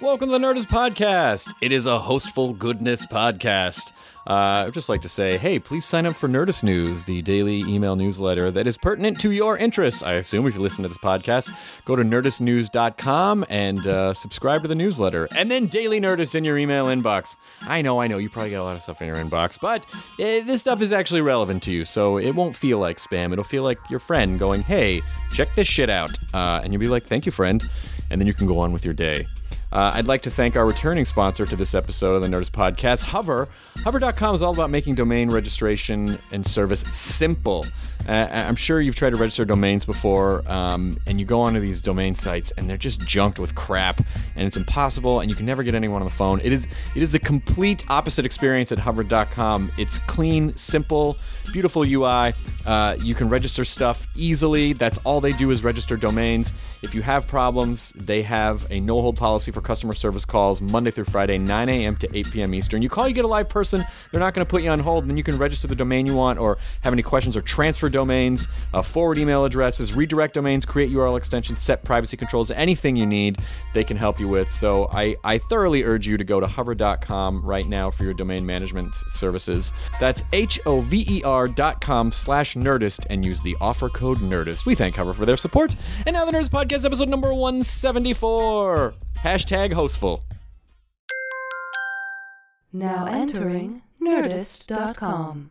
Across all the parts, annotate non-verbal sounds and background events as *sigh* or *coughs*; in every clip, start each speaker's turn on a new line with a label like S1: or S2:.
S1: Welcome to the Nerdist Podcast. It is a hostful goodness podcast. Uh, I would just like to say, hey, please sign up for Nerdist News, the daily email newsletter that is pertinent to your interests. I assume if you listen to this podcast, go to nerdistnews.com and uh, subscribe to the newsletter. And then Daily Nerdist in your email inbox. I know, I know, you probably get a lot of stuff in your inbox, but uh, this stuff is actually relevant to you, so it won't feel like spam. It'll feel like your friend going, hey, check this shit out. Uh, and you'll be like, thank you, friend. And then you can go on with your day. Uh, I'd like to thank our returning sponsor to this episode of the Nerdist Podcast, Hover. Hover.com is all about making domain registration and service simple. Uh, I'm sure you've tried to register domains before, um, and you go onto these domain sites, and they're just junked with crap, and it's impossible, and you can never get anyone on the phone. It is it is the complete opposite experience at Hover.com. It's clean, simple, beautiful UI. Uh, you can register stuff easily. That's all they do is register domains. If you have problems, they have a no hold policy for customer service calls Monday through Friday, 9 a.m. to 8 p.m. Eastern. You call, you get a live person. They're not going to put you on hold. Then you can register the domain you want or have any questions or transfer domains, uh, forward email addresses, redirect domains, create URL extensions, set privacy controls, anything you need, they can help you with. So I, I thoroughly urge you to go to hover.com right now for your domain management services. That's H O V E R dot com slash nerdist and use the offer code nerdist. We thank Hover for their support. And now the Nerdist Podcast episode number 174. Hashtag hostful.
S2: Now entering nerdist.com.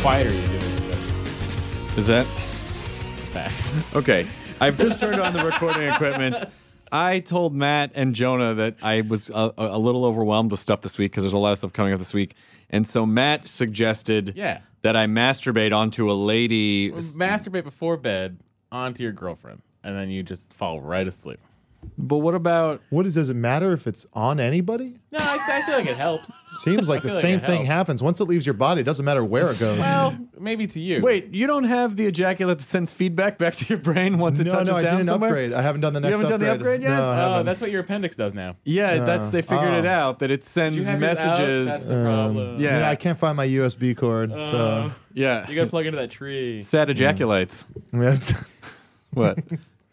S3: quieter you get it, the better.
S1: Is that
S3: Fast.
S1: *laughs* okay? I've just turned on the recording equipment. I told Matt and Jonah that I was a, a little overwhelmed with stuff this week because there's a lot of stuff coming up this week, and so Matt suggested
S3: Yeah.
S1: that I masturbate onto a lady.
S3: Masturbate before bed onto your girlfriend, and then you just fall right asleep.
S1: But what about
S4: What is, does it matter if it's on anybody?
S3: No, I, I feel like it helps.
S4: Seems like
S3: I feel
S4: the
S3: like
S4: same
S3: it
S4: thing
S3: helps.
S4: happens. Once it leaves your body, it doesn't matter where it goes.
S3: Well, maybe to you.
S1: wait? You don't have the ejaculate that sends feedback back to your brain once it
S4: no,
S1: touches
S4: no, I
S1: down
S4: did an
S1: somewhere.
S4: upgrade. I haven't done the next
S1: haven't done
S4: upgrade.
S1: the upgrade yet?
S4: No, I
S3: Oh,
S4: haven't.
S3: that's what your appendix does now.
S1: Yeah, that's they figured it
S4: oh.
S1: out that it
S3: You
S1: sends
S3: have yours out, That's
S1: messages. um,
S3: the problem.
S1: yeah.
S4: Yeah, I can't find my USB cord. so *laughs*
S1: yeah,
S3: You
S1: *laughs*
S3: gotta plug into that tree.
S1: sad ejaculates.
S4: Yeah.
S1: What?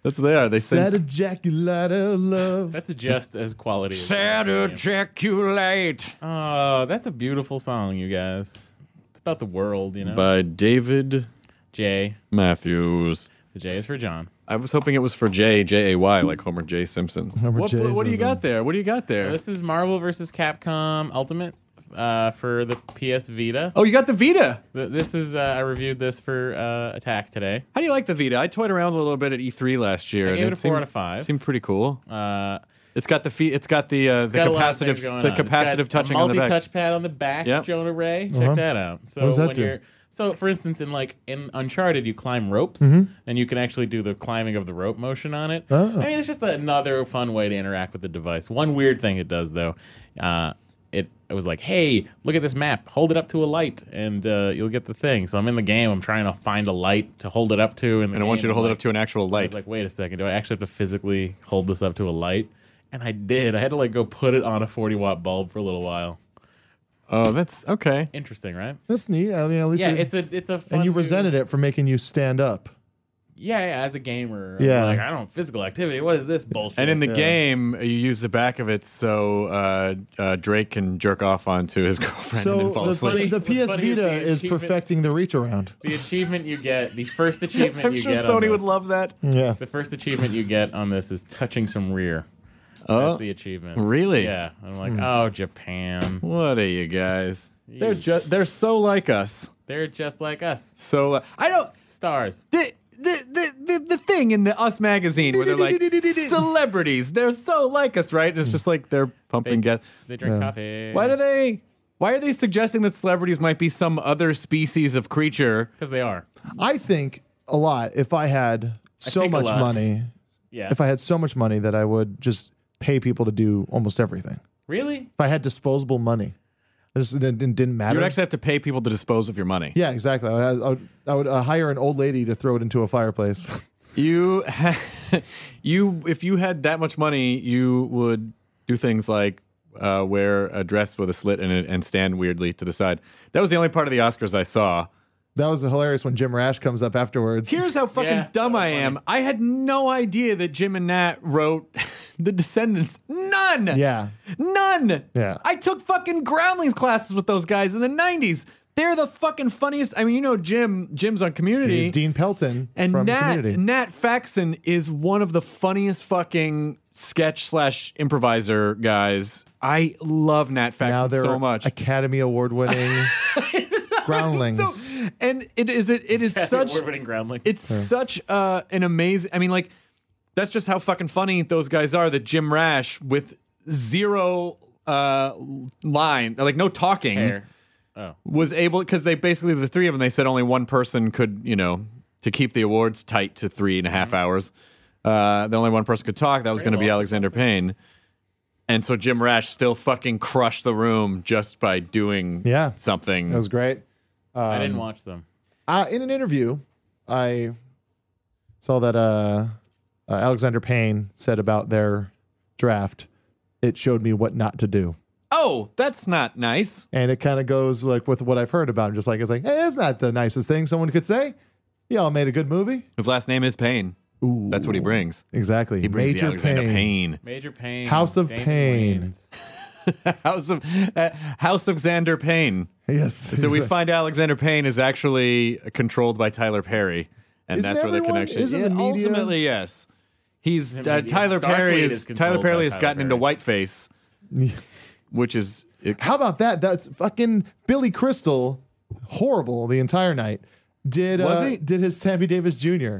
S1: That's what they are. They send
S4: sad ejaculate of love.
S3: That's just as quality. as-
S1: ejaculate
S3: Oh, that's a beautiful song, you guys. It's about the world, you know.
S1: by David
S3: J.
S1: Matthews.
S3: The J is for John.
S1: I was hoping it was for J J A Y like Homer J Simpson.
S4: Homer
S1: what,
S4: J.
S1: what do you
S4: Simpson.
S1: got there? What do you got there?
S3: This is Marvel versus Capcom Ultimate uh, for the PS Vita.
S1: Oh, you got the Vita.
S3: Th- This is uh, I reviewed this for uh, Attack today.
S1: How do you like the Vita? I toyed around a little bit at E3 last year.
S3: gave it a four out of five.
S1: Seemed pretty cool.
S3: Uh,
S1: It's got the feet. It's got the uh, the
S3: got a lot of
S1: capacitive
S3: things going
S1: the
S3: on. It's got
S1: capacitive touching
S3: a
S1: on the back.
S3: multi-touchpad on the back.
S1: Yep.
S3: Jonah Ray, check
S4: Uh-huh.
S3: that out. So
S4: does that
S3: when
S4: do?
S3: you're so for instance in like in Uncharted you climb ropes and you can actually do the climbing of the rope motion on it.
S4: Mm-hmm. Oh.
S3: I mean it's just another fun way to interact with the device. One weird thing it does though, uh, it it was like hey look at this map hold it up to a light and uh, you'll get the thing. So I'm in the game I'm trying to find a light to hold it up to and
S1: and I want you to hold it up to an actual
S3: I
S1: light.
S3: was like, wait a second, do I actually have to physically hold this up to a light? And I did. I had to like go put it on a 40 watt bulb for a little while.
S1: oh, that's okay.
S3: Interesting, right?
S4: That's neat. I mean, at least
S3: Yeah,
S4: it-
S3: it's a it's a fun
S4: and you
S3: new-
S4: resented it for making you stand up.
S3: Yeah, yeah, as a gamer. I'm
S4: Yeah.
S3: like I don't physical activity. What is this bullshit?
S1: And in the game, you use the back of it so uh, uh, Drake can jerk off onto his *laughs* girlfriend and
S4: So
S1: then fall
S4: the,
S1: asleep.
S4: the
S3: What's funny is
S4: PS
S3: the
S4: Vita is
S3: achievement-
S4: perfecting the reach around.
S3: the achievement you get, the first achievement
S1: I'm
S3: you
S1: sure
S3: get
S1: Sony
S3: on
S1: would
S3: this-
S1: love that.
S3: *laughs*
S4: Yeah.
S3: The first achievement you get on this is touching some rear. That's the achievement.
S1: Oh, really?
S3: Yeah. I'm like, "Oh, Japan.
S1: What are you guys? They're just they're so like us.
S3: They're just like us.
S1: So li- I don't
S3: Stars.
S1: the the the the, the thing in the Us magazine where they're *laughs* like celebrities. They're so like us, right? And it's just like they're pumping gas.
S3: They drink coffee.
S1: Why do they? Why are they suggesting that celebrities might be some other species of creature?
S3: Cuz they are.
S4: I think a lot if I had so
S3: think a
S4: much
S3: lot.
S4: money,
S3: Yeah.
S4: if I had so much money that I would just pay people to do almost everything.
S3: Really?
S4: If I had disposable money, I just it didn't, didn't matter.
S1: You would actually have to pay people to dispose of your money.
S4: yeah, exactly. I would, I would, I would uh, hire an old lady to throw it into a fireplace. *laughs*
S1: You, *laughs* ha- you, if you had that much money, you would do things like uh, wear a dress with a slit in it and stand weirdly to the side. That was the only part of the Oscars I saw.
S4: that was hilarious when Jim Rash comes up afterwards.
S1: Here's how fucking
S3: Yeah,
S1: dumb
S3: that was
S1: I am. I had no idea that Jim and Nat wrote *laughs* The Descendants. None.
S4: *laughs* Yeah.
S1: None.
S4: Yeah.
S1: I took fucking groundlings classes with those guys in the 90s. They're the fucking funniest. I mean, you know Jim, Jim's on Community.
S4: He's Dean Pelton
S1: And
S4: from
S1: Nat
S4: Community.
S1: Nat Faxon is one of the funniest fucking sketch slash improviser guys. I love Nat
S4: now
S1: Faxon
S4: they're
S1: so much.
S4: Academy
S1: *laughs*
S4: Award winning groundlings.
S1: So- and it is it, it is
S3: *laughs*
S1: such
S3: orbiting groundlings.
S1: it's such uh, an amazing. I mean, like that's just how fucking funny those guys are. That Jim Rash with zero uh line like no talking
S3: Fair.
S1: was able because they basically the three of them they said only one person could you know to keep the awards tight to three and a half hours uh the only one person could talk that was going to be
S3: well.
S1: alexander payne and so jim rash still fucking crushed the room just by doing
S4: Yeah.
S1: something
S4: That was great.
S3: I
S4: Um,
S3: didn't watch them.
S4: uh, in an interview, I saw that uh, uh, Alexander Payne said about their draft, it showed me what not to do.
S1: oh that's not nice
S4: And it kind of goes like with what I've heard about him. Just like it's like, hey, that's not the nicest thing someone could say. Y'all made a good movie.
S1: his last name is payne
S4: Ooh,
S1: that's what he brings
S4: exactly.
S1: he brings the
S4: Major
S1: alexander
S4: Payne.
S1: payne,
S3: Major Pain.
S4: House of
S3: Damon
S4: Pain.
S3: Wayans.
S1: *laughs* house of uh, house of xander payne
S4: Yes.
S1: so we
S4: exactly.
S1: find alexander payne is actually controlled by tyler perry and
S4: Isn't
S1: that's where the
S4: everyone-
S1: connection
S4: isn't the media-
S1: ultimately yes he's
S3: Isn't
S1: uh,
S3: media-
S1: tyler perry
S3: Starfleet
S1: is,
S3: is
S1: tyler
S3: controlled by
S1: perry has
S3: Tyler
S1: gotten into
S3: Perry.
S4: *laughs*
S1: whiteface which is it,
S4: How about that? That's fucking Billy Crystal. Horrible the entire night. Did
S1: Was
S4: uh,
S1: he?
S4: did his Sammy Davis Jr.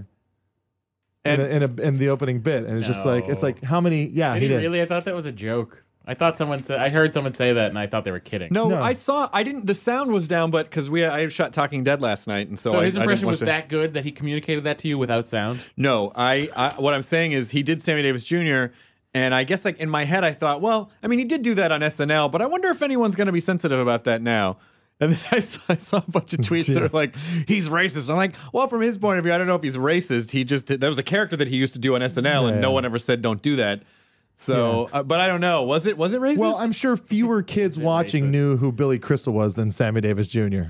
S1: and
S4: in, a, in, a, in the opening bit, and it's just like it's
S3: No.
S4: like how many? Yeah,
S3: Did
S4: he
S3: he
S4: did.
S3: really? I thought that was a joke. I thought someone said. I heard someone say that, and I thought they were kidding.
S1: no,
S4: No.
S1: i saw i didn't the sound was down but because we i shot talking dead last night and so,
S3: So
S1: I,
S3: his
S1: I didn't
S3: impression
S1: watch
S3: was
S1: it.
S3: that good that he communicated that to you without sound.
S1: No, I, I what I'm saying is he did Sammy Davis Jr. And I guess like in my head I thought, well, I mean he did do that on SNL, but I wonder if anyone's going to be sensitive about that now. And then *laughs* I saw, I saw a bunch of tweets that
S4: Yeah.
S1: were like, "He's racist." I'm like, well, from his point of view, I don't know if he's racist. He just did, that was a character that he used to do on SNL, and
S4: Yeah.
S1: no one ever said don't do that. So, uh, but I don't know. Was it was it racist?
S4: Well, I'm sure
S3: *laughs*
S4: fewer kids watching
S3: racist?
S4: knew who Billy Crystal was than Sammy Davis Jr.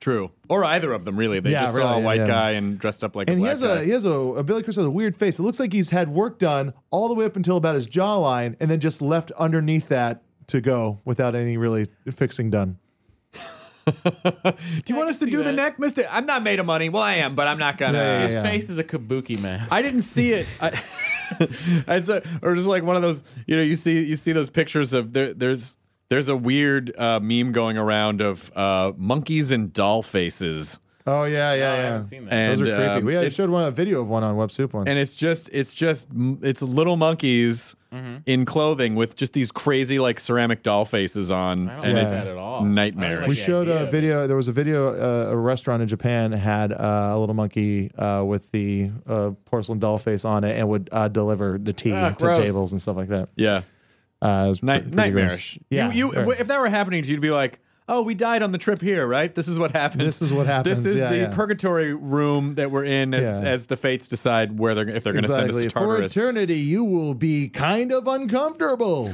S1: true, or either of them really. They
S4: Yeah,
S1: just saw a
S4: really,
S1: white
S4: yeah.
S1: guy and dressed up like
S4: And
S1: a
S4: he
S1: black
S4: has
S1: guy.
S4: a he has a, a Billy Crystal has a weird face. It looks like he's had work done all the way up until about his jawline, and then just left underneath that to go without any really fixing done.
S1: do you want us to
S3: see
S1: do the
S3: that.
S1: neck, Mister? I'm not made of money. Well, I am, but I'm not gonna.
S4: Yeah, yeah,
S3: His face is a kabuki mask.
S1: I didn't see it. I, *laughs* I'd say, or just like one of those, you know, you see, you see those pictures of there, there's, there's a weird uh, meme going around of uh, monkeys and doll faces,
S4: Oh
S3: Oh,
S4: yeah, yeah,
S3: I
S4: yeah.
S3: haven't seen that.
S1: And-
S4: Those are creepy.
S1: um,
S4: we had
S1: it's-
S4: showed one a video of one on Web Soup once.
S1: and it's just, it's just, it's little monkeys
S3: Mm-hmm.
S1: in clothing with just these crazy like ceramic doll faces on,
S3: I don't
S1: and
S4: like
S1: it's
S3: that at all.
S1: nightmare.
S3: I don't
S4: we
S3: the
S4: showed
S3: idea
S4: a
S3: of it.
S4: video. There was a video. Uh, a restaurant in Japan had uh, a little monkey uh, with the uh, porcelain doll face on it, and would uh, deliver the tea
S3: Ah,
S4: to
S3: gross.
S4: tables and stuff like that.
S1: yeah,
S4: Uh, it was
S1: Night-
S4: pretty- pretty gross.
S1: nightmarish.
S4: Yeah,
S1: you, you,
S4: sure.
S1: if that were happening to you, you'd be like. Oh, we died on the trip here, right? This is what happens.
S4: This is what happens.
S1: This is
S4: Yeah,
S1: the
S4: yeah.
S1: purgatory room that we're in as,
S4: Yeah.
S1: as the fates decide where they're if they're going to
S4: exactly.
S1: send us to Tartarus.
S4: For eternity, you will be kind of uncomfortable.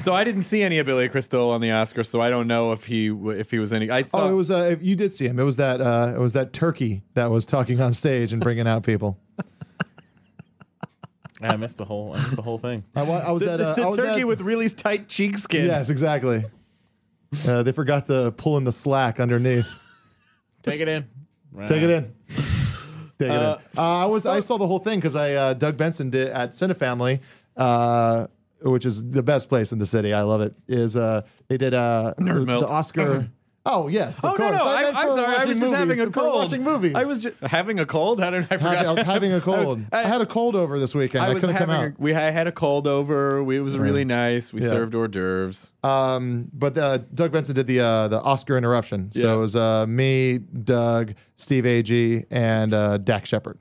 S1: So I didn't see any of Billy Crystal on the Oscars, so I don't know if he if he was any. I saw
S4: oh, it was. Uh, you did see him. It was that. Uh, it was that turkey that was talking on stage and bringing out people.
S3: I missed the whole. I missed the whole thing.
S4: I, wa- I
S1: *laughs*
S4: was
S1: the,
S4: at. *laughs* Uh,
S1: the
S4: I was
S1: turkey
S4: at,
S1: with really tight cheek skin.
S4: Yes, exactly. Uh, they forgot to pull in the slack underneath.
S3: Take it in.
S4: Take it in. Take
S1: Uh,
S4: it in. Uh, I was I saw the whole thing because I uh, Doug Benson did at Cinefamily, uh, which is the best place in the city. I love it. Is uh, they did uh,
S1: Nerd
S4: the,
S1: melt.
S4: the Oscar. oh yes.
S1: Oh
S4: of
S1: no
S4: course.
S1: no!
S4: I
S1: I,
S4: meant
S1: I'm
S4: for
S1: sorry. I was
S4: watching
S1: just
S4: movies,
S1: having a
S4: for
S1: cold.
S4: watching movies.
S1: I was just having a cold. How did *laughs* I forgot?
S4: Having- I was having a
S1: I was-
S4: cold. I,
S1: I-
S4: had a cold over this weekend. I,
S1: I was
S4: couldn't come
S1: having.
S4: out.
S1: A, we I had a cold over. We, it was really nice. We
S4: Yeah.
S1: served hors d'oeuvres.
S4: Um, but uh, Doug Benson did the uh, the Oscar interruption. So
S1: Yeah.
S4: it was uh, me, Doug, Steve Agee, and uh, Dak Shepard.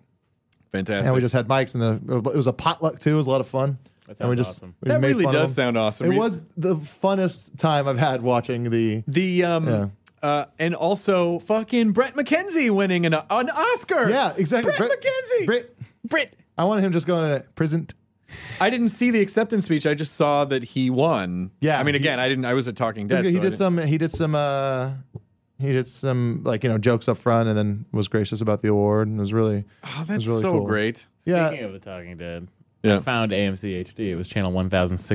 S1: Fantastic.
S4: And we just had mics, and the it was a potluck too. It was a lot of fun.
S3: That
S4: and we
S3: sounds
S4: just,
S3: awesome.
S4: we
S1: That
S4: just made
S1: really
S4: fun of
S1: does
S4: them.
S1: sound awesome.
S4: It was the funnest time I've had watching the.
S1: the um
S4: Yeah.
S1: uh, and also fucking Brett McKenzie winning an, an Oscar.
S4: Yeah, exactly.
S1: Brett, McKenzie.
S4: Brett-
S1: Brett.
S4: I wanted him just going to prison.
S1: I didn't see the acceptance speech. I just saw that he won.
S4: Yeah,
S1: I mean,
S4: he-
S1: again, I didn't. I was at Talking
S4: He
S1: Dead. so I
S4: did
S1: didn't-
S4: some. He did some. uh He did some like you know jokes up front, and then was gracious about the award, and was really.
S1: Oh, that's
S4: really
S1: so
S4: cool.
S1: great.
S4: Yeah.
S3: Speaking of the Talking Dead,
S1: Yeah.
S3: I found AMC HD. It was channel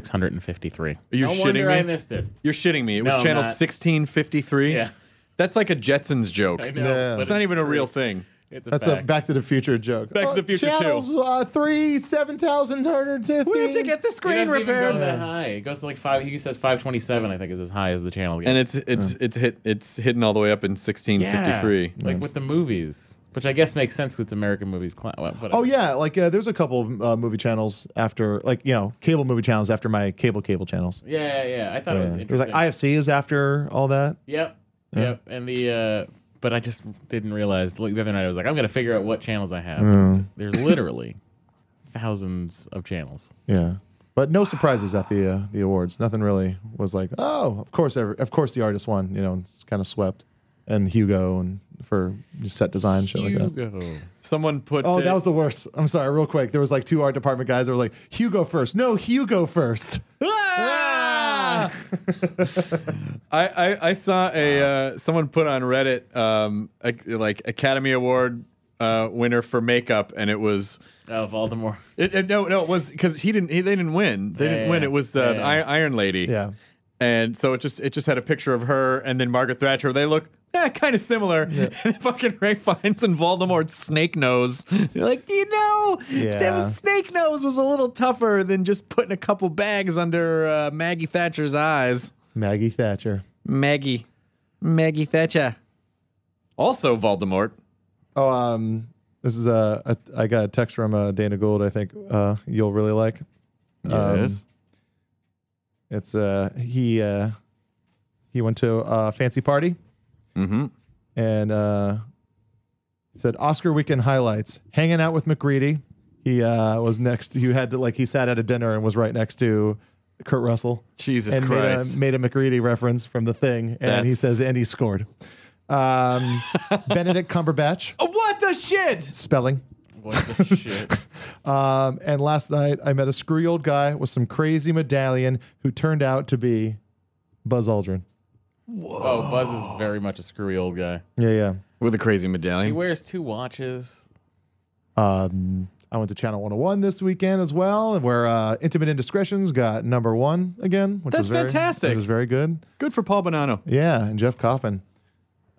S3: 1653.
S1: You're
S3: no
S1: shitting
S3: wonder
S1: me.
S3: I missed it.
S1: You're shitting me. It was
S3: No, I'm
S1: channel
S3: not.
S1: 1653.
S3: Yeah.
S1: That's like a Jetsons joke.
S3: I know. but
S4: Yeah. It's
S1: It's not even a
S3: true.
S1: real thing.
S3: It's a
S4: That's a
S3: fact.
S4: Back to the Future joke.
S1: Back to the Future too.
S4: channels, Uh, three seven thousand two hundred fifty.
S1: We have to get the
S3: It
S1: screen
S3: doesn't even go
S1: repaired.
S3: to that high. It goes to like five. He says 527, I think, is as high as the channel gets.
S1: And it's it's it's hit it's hidden all the way up in 1653.
S3: Like with the movies, which I guess makes sense because it's American movies. Cl- well, whatever.
S4: Oh yeah, like uh, there's a couple of uh, movie channels after, like you know, cable movie channels after my cable cable channels.
S3: yeah, yeah, yeah. I thought it was
S4: Yeah. It was
S3: interesting.
S4: like IFC is after all that.
S3: Yep, yep. And the uh, but I just didn't realize like, the other night I was like, I'm gonna figure out what channels I have.
S4: Mm.
S3: And There's literally thousands of channels.
S4: Yeah, but no surprises at the uh, the awards. Nothing really was like, oh, of course, every, of course, the artist won. You know, it's kind of swept, and Hugo and for set design *laughs* shit like that.
S3: Hugo.
S1: Someone put
S4: Oh,
S1: it-
S4: that was the worst. I'm sorry, real quick. There was like two art department guys that were like, Hugo first. No, Hugo first.
S1: Ah! *laughs* I, I I saw a uh, someone put on Reddit um a, like Academy Award uh, winner for makeup, and it was
S3: Oh, Voldemort. *laughs*
S1: it, it- no no it was because he didn't he, they didn't win they
S3: Yeah,
S1: didn't
S3: yeah,
S1: win
S3: yeah.
S1: it was uh,
S3: Yeah,
S1: the
S3: yeah.
S1: Iron, Iron Lady
S4: *laughs* Yeah.
S1: and so it just it just had a picture of her and then Margaret Thatcher they look eh, kind of similar *laughs* and fucking Ray Fiennes and Voldemort's snake nose You're like you know that
S4: Yeah.
S1: was snake nose was a little tougher than just putting a couple bags under uh, Maggie Thatcher's eyes.
S4: Maggie Thatcher.
S1: Maggie. Maggie Thatcher. Also Voldemort.
S4: Oh, um, this is a, a I got a text from uh, Dana Gould. I think uh, you'll really like. Um, It's uh, he uh, he went to a fancy party
S1: mm-hmm.
S4: and uh, said Oscar weekend highlights. Hanging out with McReady. He uh, was next. You had to like he sat at a dinner and was right next to Kurt Russell.
S1: Jesus
S4: and uh,
S1: Christ.
S4: Made, a, made a McReady reference from the thing, and he
S1: That's-
S4: says, and he scored.
S1: *laughs*
S4: Um, Benedict Cumberbatch
S1: Oh, what the shit?
S4: spelling.
S3: What
S4: *laughs*
S3: the shit?
S4: Um, and last night I met a screwy old guy with some crazy medallion who turned out to be Buzz Aldrin.
S3: Oh, Buzz is very much a screwy old guy.
S4: Yeah, yeah.
S1: With a crazy
S3: He
S1: medallion.
S3: wears two watches.
S4: Um, I went to Channel 101 this weekend as well, where uh, Intimate Indiscretions got number one again. Which
S1: That's
S4: was very,
S1: fantastic.
S4: It was very good.
S1: Good for Paul Bonanno.
S4: Yeah, and Jeff Coffin.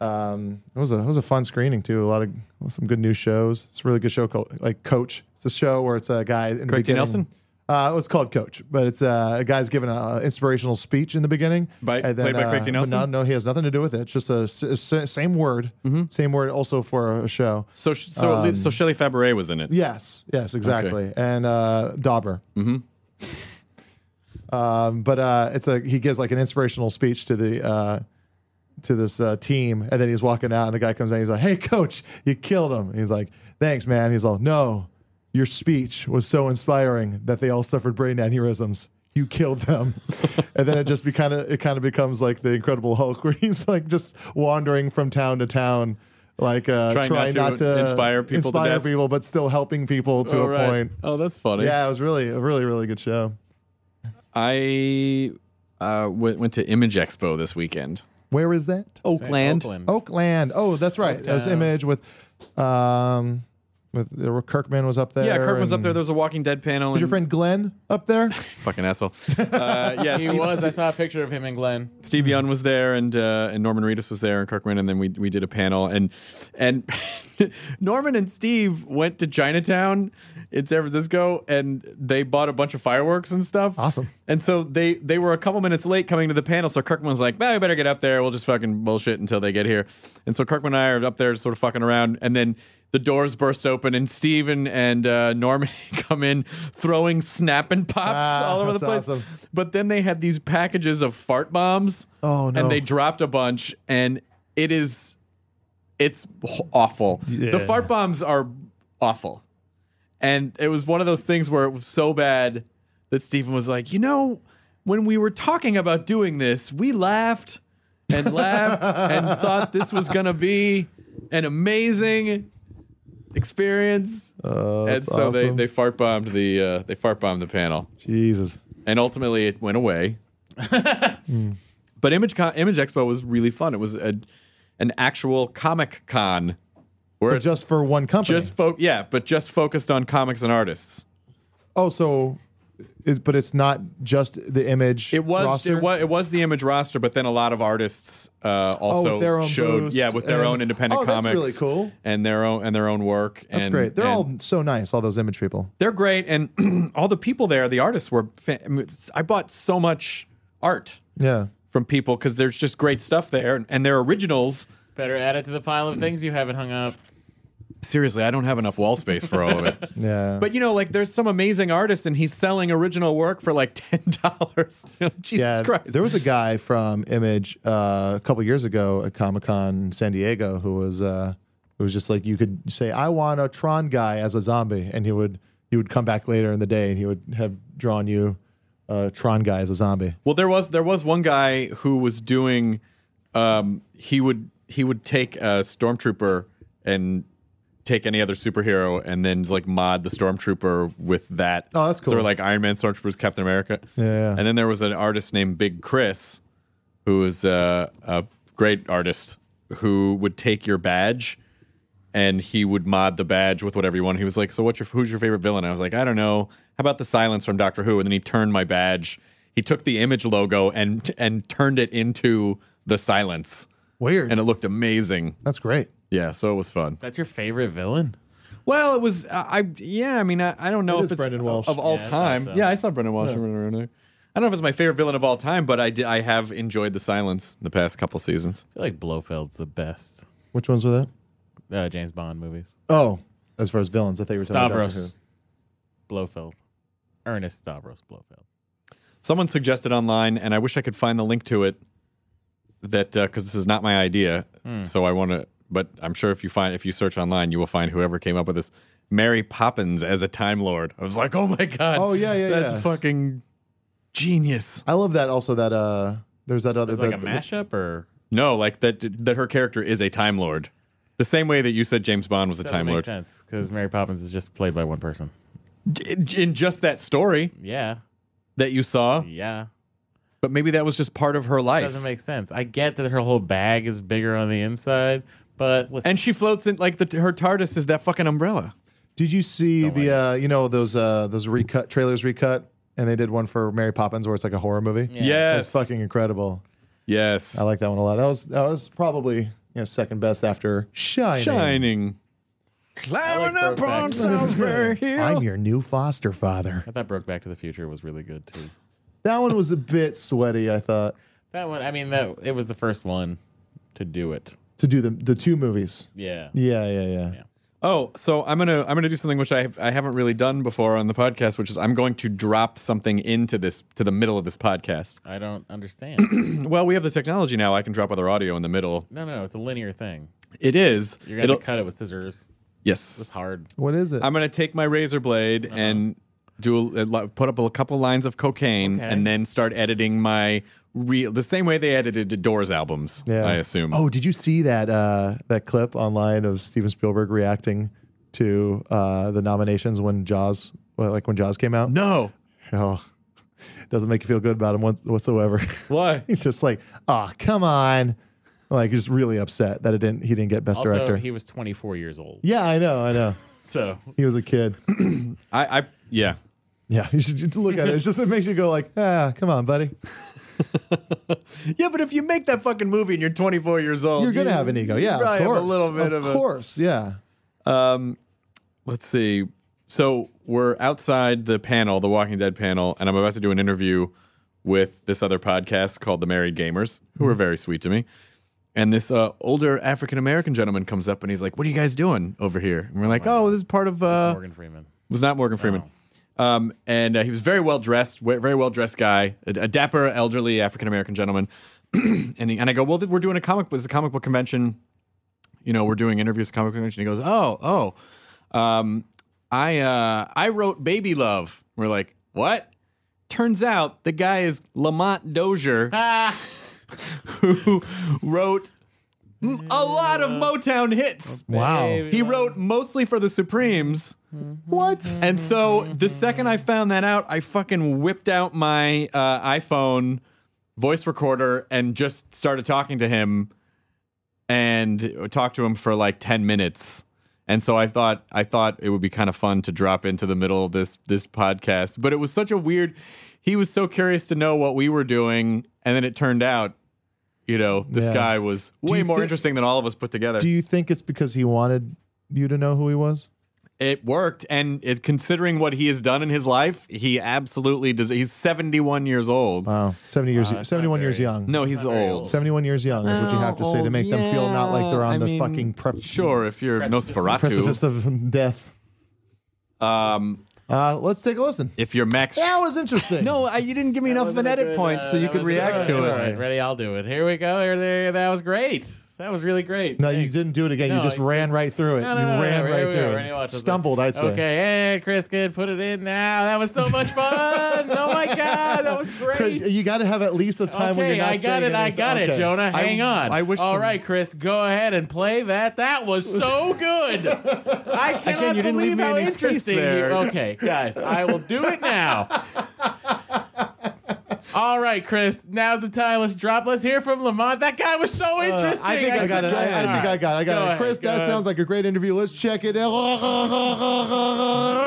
S4: Um, it was a it was a fun screening too. A lot of some good new shows. It's a really good show called like Coach. It's a show where it's a guy in the
S1: Craig T.
S4: beginning-
S1: Nelson?
S4: Uh, it was called Coach, but it's uh, a guy's giving an inspirational speech in the beginning. uh,
S1: By- played by Craig T.
S4: but
S1: Nelson? Mm-hmm.
S4: No, no, he has nothing to do with it. It's just a s- s- same word, same word also for a show.
S1: So so
S4: Um,
S1: at least- so Shelley Fabre was in it.
S4: Yes, yes, exactly. And uh, Dauber. Mm-hmm. *laughs* Um, but uh, it's a he gives like an inspirational speech to the uh, to this uh, team, and then he's walking out, and a guy comes in, he's like, "Hey, coach, you killed him." He's like, "Thanks, man." He's all, "No, your speech was so inspiring that they all suffered brain aneurysms." You killed them, *laughs* and then it just be kind of it kind of becomes like the Incredible Hulk, where he's like just wandering from town to town, like uh,
S1: Trying
S4: trying,
S1: not to
S4: not, to
S1: inspire people to
S4: inspire
S1: death.
S4: people, but still helping people to
S1: All
S4: a
S1: right.
S4: point.
S1: Oh, that's funny.
S4: Yeah, it was really a really really good show.
S1: I uh, went, went to Image Expo this weekend.
S4: Where is that?
S1: Oh. Oakland.
S3: Oakland.
S4: Oakland. Oh, that's right. There's
S3: Oaktown.
S4: image with, um, with there were- Kirkman was up there.
S1: Yeah, Kirk was up
S4: and-
S1: there. There was a Walking Dead panel.
S4: Was Um, your
S1: and-
S4: friend Glenn
S1: *laughs*
S4: up there?
S1: Fucking asshole. Uh, yeah,
S3: He
S1: Steve-
S3: was. I saw a picture of him and Glenn.
S1: Steve Young was there, and uh, and Norman Reedus was there, and Kirkman, and then we we did a panel, and and *laughs* Norman and Steve went to Chinatown in San Francisco, and they bought a bunch of fireworks and stuff.
S4: Awesome.
S1: And so they they were a couple minutes late coming to the panel, so Kirkman was like, "Well, we better get up there. We'll just fucking bullshit until they get here." And so Kirkman and I are up there, sort of fucking around, and then. The doors burst open and Steven and uh, Norman *laughs* come in throwing snap and pops
S4: Ah,
S1: all over the
S4: that's
S1: place.
S4: awesome.
S1: But then they had these packages of fart bombs.
S4: Oh, no.
S1: And they dropped a bunch, and it is, it's h- awful. The
S4: Yeah.
S1: fart bombs are awful, and it was one of those things where it was so bad that Stephen was like, you know, when we were talking about doing this, we laughed and
S4: *laughs*
S1: laughed and thought this was gonna be an amazing experience.
S4: Uh,
S1: and
S4: that's
S1: so they,
S4: awesome.
S1: they fart bombed the uh, they fart bombed the panel,
S4: Jesus.
S1: and ultimately it went away. But Image Con, Image Expo was really fun. It was a, an actual comic con where
S4: But
S1: it's
S4: just for one company.
S1: just fo- yeah, but just focused on comics and artists.
S4: oh, so is but it's not just the image.
S1: It was
S4: roster? Oh,
S1: it was it was the Image roster, but then a lot of artists uh, also
S4: their own
S1: showed
S4: booths
S1: yeah with their
S4: and-
S1: own independent
S4: Oh, that's
S1: comics.
S4: really cool.
S1: And their own and their own work.
S4: That's
S1: and,
S4: great. They're
S1: and-
S4: all so nice. All those image people.
S1: they're great, and *clears throat* all the people there, the artists were. Fa- I mean, it's- I bought so much art
S4: Yeah.
S1: from people because there's just great stuff there, and, and their originals.
S3: Better add it to the pile of things you haven't hung up.
S1: Seriously, I don't have enough wall space for all of it.
S4: Yeah.
S1: *laughs* But you know, like there's some amazing artist, and he's selling original work for like *laughs* ten dollars. *laughs* Jesus
S4: yeah,
S1: Christ!
S4: there was a guy from Image uh, a couple years ago at Comic Con San Diego who was uh, who was just like you could say I want a Tron guy as a zombie, and he would he would come back later in the day and he would have drawn you uh, Tron guy as a zombie.
S1: well, there was there was one guy who was doing. Um, he would he would take a stormtrooper and take any other superhero, and then like mod the stormtrooper with that.
S4: Oh, that's
S1: Sort
S4: cool.
S1: of like Iron Man, stormtroopers, Captain America.
S4: Yeah, yeah.
S1: And then there was an artist named Big Chris, who was uh, a great artist who would take your badge and he would mod the badge with whatever you want. He was like, "So what's your who's your favorite villain?" I was like, "I don't know. How about the silence from Doctor Who?" And then he turned my badge. He took the image logo and and turned it into the silence,
S4: Weird.
S1: and it looked amazing.
S4: That's great.
S1: Yeah, so it was fun.
S3: That's your favorite villain?
S1: Well, it was uh, I I- yeah. I mean, I, I don't know
S4: It
S1: if
S4: is
S1: it's
S4: Brendan Walsh.
S1: of all
S3: Yeah, I thought
S1: time.
S3: so.
S1: Yeah, I saw Brendan Walsh. running around there. I don't know if it's my favorite villain of all time, but I did, I have enjoyed the silence the past couple seasons.
S3: I feel like Blofeld's the best
S4: Which ones were that?
S3: uh, James Bond movies.
S4: Oh, as far as villains, I thought you were talking about Doctor
S3: Stavros. Blofeld. Ernest Stavros Blofeld.
S1: Someone suggested online, and I wish I could find the link to it. That because this is not my idea,
S3: Hmm.
S1: so I want to. But I'm sure if you find if you search online, you will find whoever came up with this. Mary Poppins as a Time Lord. I was like, oh my god.
S4: Oh, yeah, yeah,
S1: That's
S4: yeah.
S1: fucking genius.
S4: Who. I love that. Also, that uh, there's that other
S3: It's like
S4: that-
S3: a mashup or
S1: No, like that that her character is a Time Lord. The same way that you said James Bond was a
S3: doesn't
S1: Time
S3: make
S1: Lord.
S3: sense because Mary Poppins is just played by one person.
S1: D- In just that story
S3: Yeah,
S1: that you saw,
S3: yeah.
S1: but maybe that was just part of her life.
S3: Doesn't make sense. I get that her whole bag is bigger on the inside, but listen,
S1: and she floats in like the her TARDIS is that fucking umbrella.
S4: Did you see
S3: Don't like
S4: the uh, you know those uh, those recut trailers recut, and they did one for Mary Poppins where it's like a horror movie.
S3: Yeah.
S1: Yes.
S4: That's fucking incredible.
S1: yes.
S4: I like that one a lot. That was that was probably you know, second best after Shining.
S1: Shining. Climbing
S3: I like
S1: up on
S3: Brokeback.
S4: *laughs*
S1: Salisbury
S4: I'm
S1: Hill.
S4: your new foster father.
S3: I thought Brokeback to the Future was really good too.
S4: That one was a bit sweaty, I thought,
S3: That one, I mean, that it was the first one to do it.
S4: to do the the two movies.
S3: Yeah,
S4: Yeah, yeah, yeah.
S3: Yeah.
S1: Oh, so I'm gonna I'm gonna do something which I have, I haven't really done before on the podcast, which is I'm going to drop something into this to the middle of this podcast. *clears throat*
S3: I don't understand. *coughs*
S1: Well, we have the technology now. I can drop other audio in the middle.
S3: no, no, it's a linear thing.
S1: It is.
S3: You're gonna have to cut it with scissors. It's
S1: yes.
S3: hard.
S4: What is it?
S1: I'm gonna take my razor blade and do a, li- put up a couple lines of cocaine
S3: Okay.
S1: and then start editing my real the same way they edited the Doors albums.
S4: yeah.
S1: I assume.
S4: Oh, did you see that uh, that clip online of Steven Spielberg reacting to uh, the nominations when Jaws, well, like when Jaws came out?
S1: no.
S4: Oh, *laughs* doesn't make you feel good about him what- whatsoever. *laughs*
S1: Why?
S4: He's just like, oh, come on. Like, just really upset that it didn't. he didn't get best
S3: Also,
S4: director.
S3: he was 24 years old.
S4: yeah, I know, I know.
S3: So
S4: He was a kid. *clears throat*
S1: I, I yeah.
S4: Yeah, you should just look at it. It's just it makes you go like, ah, come on, buddy.
S1: Yeah, but if you make that fucking movie and you're 24 years old,
S4: You're gonna
S1: you-
S4: have an ego.
S1: you
S4: Yeah,
S1: probably
S4: of course.
S1: Have a little bit of,
S4: of
S1: a-
S4: course. Yeah.
S1: let's see. So we're outside the panel, the Walking Dead panel, and I'm about to do an interview with this other podcast called The Married Gamers, who are very sweet to me. And this uh, older African American gentleman comes up and he's like, "What are you guys doing over here?" And we're like, "Oh, this is part of." Uh,
S3: Morgan Freeman.
S1: was not Morgan Freeman. Um, and uh, he was very well dressed, we- very well dressed guy, a, a dapper, elderly African American gentleman. *clears throat* and he, and I go, well, th- we're doing a comic book. It's a comic book convention. You know, we're doing interviews at comic book convention. He goes, oh, oh, um, I uh, I wrote Baby Love. We're like, what? Turns out the guy is Lamont Dozier, *laughs* who wrote m- a lot of Motown hits.
S4: Wow.
S1: He wrote mostly for the Supremes.
S4: Mm-hmm.
S1: What? And so the second I found that out, I fucking whipped out my uh, iPhone voice recorder and just started talking to him and talked to him for like 10 minutes. And so I thought I thought it would be kind of fun to drop into the middle of this this podcast, but it was such a weird he was so curious to know what we were doing and then it turned out you know, this
S4: Yeah.
S1: guy was
S4: Do
S1: way
S4: you
S1: more
S4: thi-
S1: interesting than all of us put together.
S4: Do you think it's because he wanted you to know who he was?
S1: It worked, and it, considering what he has done in his life, he absolutely does. He's seventy-one years old.
S4: Wow. 70
S1: Uh,
S4: years,
S3: Wow, that's not
S4: 71 years
S3: very-
S4: young.
S1: no, he's
S3: not very
S1: old.
S3: old.
S4: 71 years young is what you have to say
S1: Oh,
S4: to make them feel not like they're
S1: yeah,
S4: on
S1: I
S4: the
S1: mean,
S4: fucking prep,
S1: Sure, if you're
S3: Precipice.
S1: Nosferatu,
S4: precipice of *laughs* death.
S1: um,
S4: Uh, let's take a listen.
S1: if you're Max.
S4: That was interesting.
S1: no, I, you didn't give me enough of an edit point,
S3: uh,
S1: so you could react to it.
S4: alright.
S3: Ready? I'll do it. Here we go. Here, there. That was great. That was really great.
S4: No, you
S3: Thanks.
S4: didn't do it again. you
S3: No,
S4: just
S3: I-
S4: ran right through it.
S3: No, no,
S4: you
S3: no, no,
S4: ran
S3: no,
S4: right
S3: here we
S4: through
S3: are,
S4: it.
S3: ready to watch this.
S4: Stumbled, I'd say.
S3: Okay, and Chris, good. Put it in now. That was so much fun. oh my god, that was great.
S4: Chris, you got to have at least a time when
S3: okay,
S4: you're not
S3: I got
S4: saying
S3: it. I got
S4: anything.
S3: it,
S4: Okay.
S3: Jonah.
S1: I-
S3: Hang on.
S1: I wish
S3: All right,
S1: some-
S3: Chris, go ahead and play that. That was
S4: *laughs*
S3: so good. I cannot
S1: Again, you didn't
S3: believe
S1: leave me
S3: how
S1: any space
S3: interesting
S1: there.
S3: you. Okay, guys, I will do it
S4: *laughs*
S3: now. All right, Chris. Now's the time. Let's drop. Let's hear from Lamont. That guy was so
S4: Uh,
S3: interesting.
S4: I think I, got it.
S3: couldn't- All
S4: I, I think I
S3: right,
S4: got it. I got
S3: go
S4: it.
S3: ahead,
S4: Chris,
S3: go
S4: that
S3: ahead.
S4: sounds like a great interview. Let's check it out. Oh,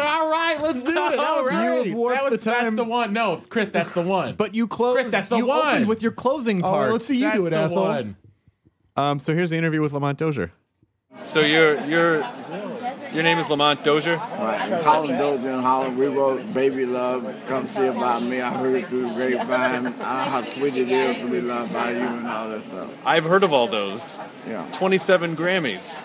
S4: All right, let's do it. *laughs* That was
S3: All right.
S4: great.
S1: You warped
S3: That was
S1: the time.
S3: That's the one. No, Chris, that's the one.
S1: But you closed.
S3: Chris, that's the
S1: you
S3: one.
S1: opened with your closing
S4: All
S1: part.
S4: right, Oh, let's see you
S3: that's
S4: do it,
S3: the
S4: asshole.
S3: one.
S1: Um, so here's the interview with Lamont Dozier. So your your your name is Lamont Dozier.
S5: Right. And Holland Dozier and Holland, we wrote Baby Love, Come See About Me. I heard it through the grapevine, uh, how sweet it is to be loved by you and all that stuff.
S1: I've heard of all those.
S5: Yeah.
S1: 27 Grammys.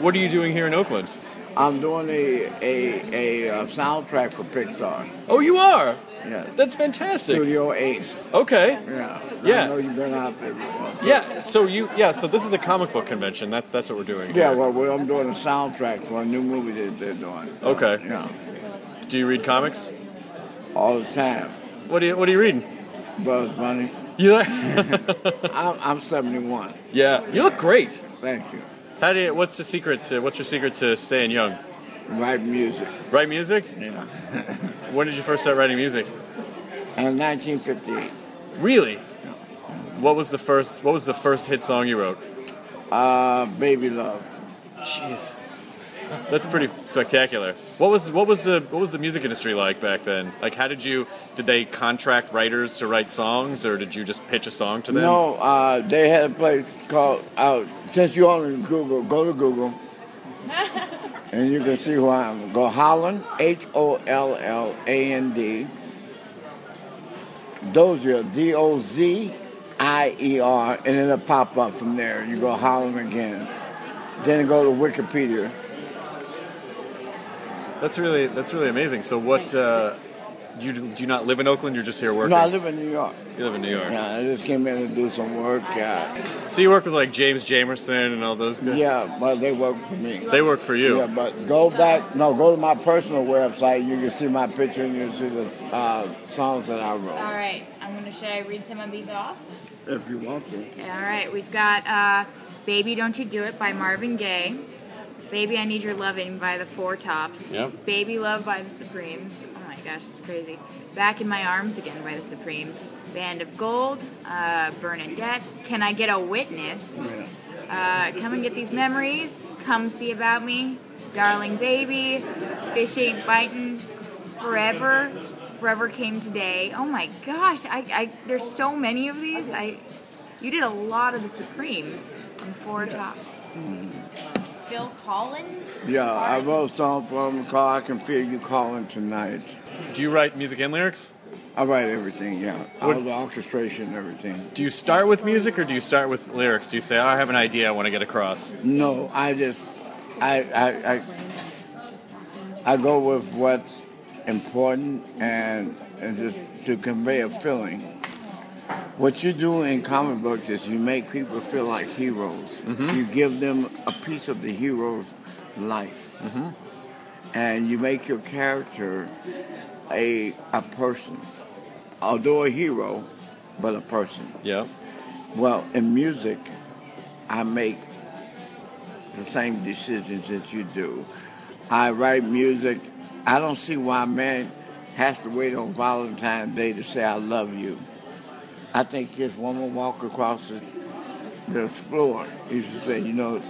S1: What are you doing here in Oakland?
S5: I'm doing a, a, a, uh soundtrack for Pixar.
S1: Oh, you are.
S5: Yes.
S1: That's fantastic.
S5: Studio 8.
S1: Okay.
S5: Yeah.
S1: Yeah.
S5: I know you've been out there before.
S1: Yeah. So you. Yeah. So this is a comic book convention. That, that's what we're doing.
S5: Yeah, well, well, I'm doing a soundtrack for a new movie that they're doing. so,
S1: Okay.
S5: Yeah.
S1: Do you read comics?
S5: All the time.
S1: What do you What are you reading?
S5: Buzz Bunny.
S1: You like? *laughs*
S5: *laughs* I'm, I'm 71.
S1: yeah. You look great.
S5: Thank you.
S1: How do you, What's the secret to What's your secret to staying young?
S5: Write music.
S1: Write music.
S5: Yeah. *laughs*
S1: When did you first start writing music?
S5: And 1958.
S1: Really? What was the first What was the first hit song you wrote?
S5: Uh, Baby Love.
S1: Jeez, that's pretty spectacular. What was What was the What was the music industry like back then? Like, how did you Did they contract writers to write songs, or did you just pitch a song to them?
S5: No, uh, they had a place called out. Since you all in Google, go to Google, and you can see who I am. Go Holland, H O L L A N D. Dozier, D O Z I E R, and then it'll pop up from there. You go Holland again. Then go to Wikipedia.
S1: That's really That's really amazing. So what? Uh, you do you not live in Oakland. You're just here working.
S5: No, I live in New York.
S1: you live in New York.
S5: Yeah, I just came in to do some work. Uh,
S1: So you work with like James Jamerson and all those guys.
S5: yeah, but they work for me.
S1: They work for you.
S5: Yeah, but go back. No, go to my personal website. You can see my picture and you can see the uh, songs that I
S6: All
S5: wrote.
S6: right, I'm gonna. Should I read some of these off?
S5: If you want to.
S6: All right, we've got uh, "Baby Don't You Do It" by Marvin Gaye, "Baby I Need Your Lovin'" by the Four Tops,
S1: Yep.
S6: "Baby Love" by the Supremes. Oh my gosh, it's crazy. "Back in My Arms Again" by the Supremes, "Band of Gold," uh, "Bernadette," "Can I Get a Witness,"
S5: Oh,
S6: uh, "Come and Get These Memories," "Come See About Me," "Darling Baby," "Fish Ain't Biting," "Forever." Forever came today. Oh my gosh! I, I there's so many of these. I you did a lot of the Supremes and Four Tops. Phil Collins?
S5: Mm. Yeah, I
S6: Arts.
S5: wrote a song for him called I Can Feel You Calling Tonight.
S1: Do you write music and lyrics?
S5: I write everything, yeah.
S1: What-
S5: All the orchestration and everything.
S1: Do you start with music or do you start with lyrics? Do you say, I have an idea I want to get across?
S5: No, I just, I, I, I, I go with what's important and, and just to convey a feeling. What you do in comic books is you make people feel like heroes. You give them a piece of the hero's life, and you make your character a a person. although a hero, but a person.
S7: Yeah.
S5: Well, in music, I make the same decisions that you do. I write music. I don't see why a man has to wait on Valentine's Day to say I love you. I think this woman walk across the, the floor. He should say, you know,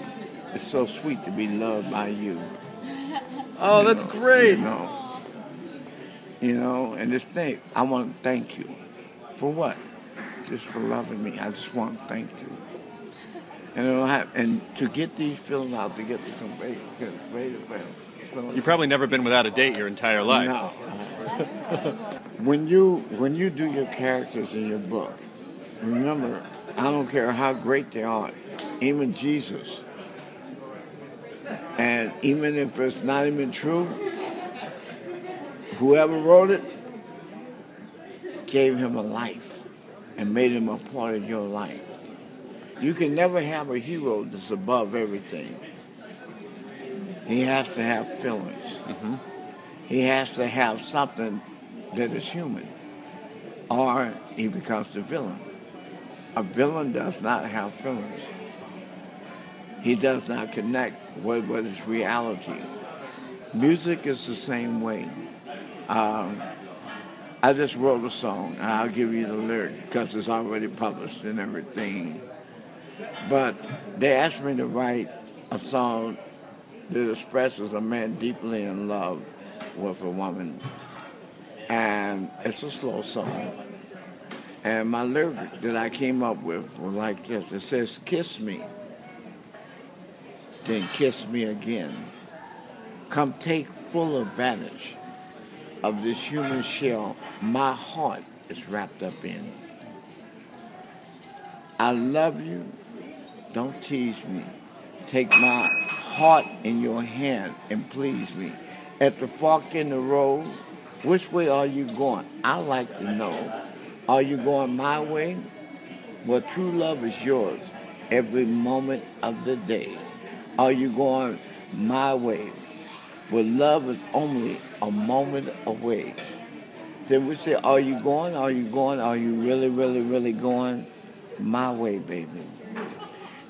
S5: it's so sweet to be loved by you.
S7: Oh, that's
S5: know,
S7: great.
S5: You know, you know, and this thing, I want to thank you. For what? Just for loving me. I just want to thank you. And it'll have, and to get these filled out, to get the convey, convey the film.
S7: You've probably never been without a date your entire life.
S5: No. when you when you do your characters in your book, remember, I don't care how great they are, even Jesus. And even if it's not even true, whoever wrote it gave him a life and made him a part of your life. You can never have a hero that's above everything. He has to have feelings he has to have something that is human, or he becomes the villain. A villain does not have feelings. He does not connect with what is reality. Music is the same way. Um, I just wrote a song, and I'll give you the lyrics because it's already published and everything. But they asked me to write a song that expresses a man deeply in love with a woman. And it's a slow song. And my lyric that I came up with was like this. It says, kiss me, then kiss me again. Come take full advantage of this human shell my heart is wrapped up in. I love you. Don't tease me. Take my heart in your hand and please me. At the fork in the road, which way are you going? I like to know. Are you going my way? Well, true love is yours every moment of the day. Are you going my way? Well, love is only a moment away. Then we say, Are you going? Are you going? Are you really, really, really going my way, baby?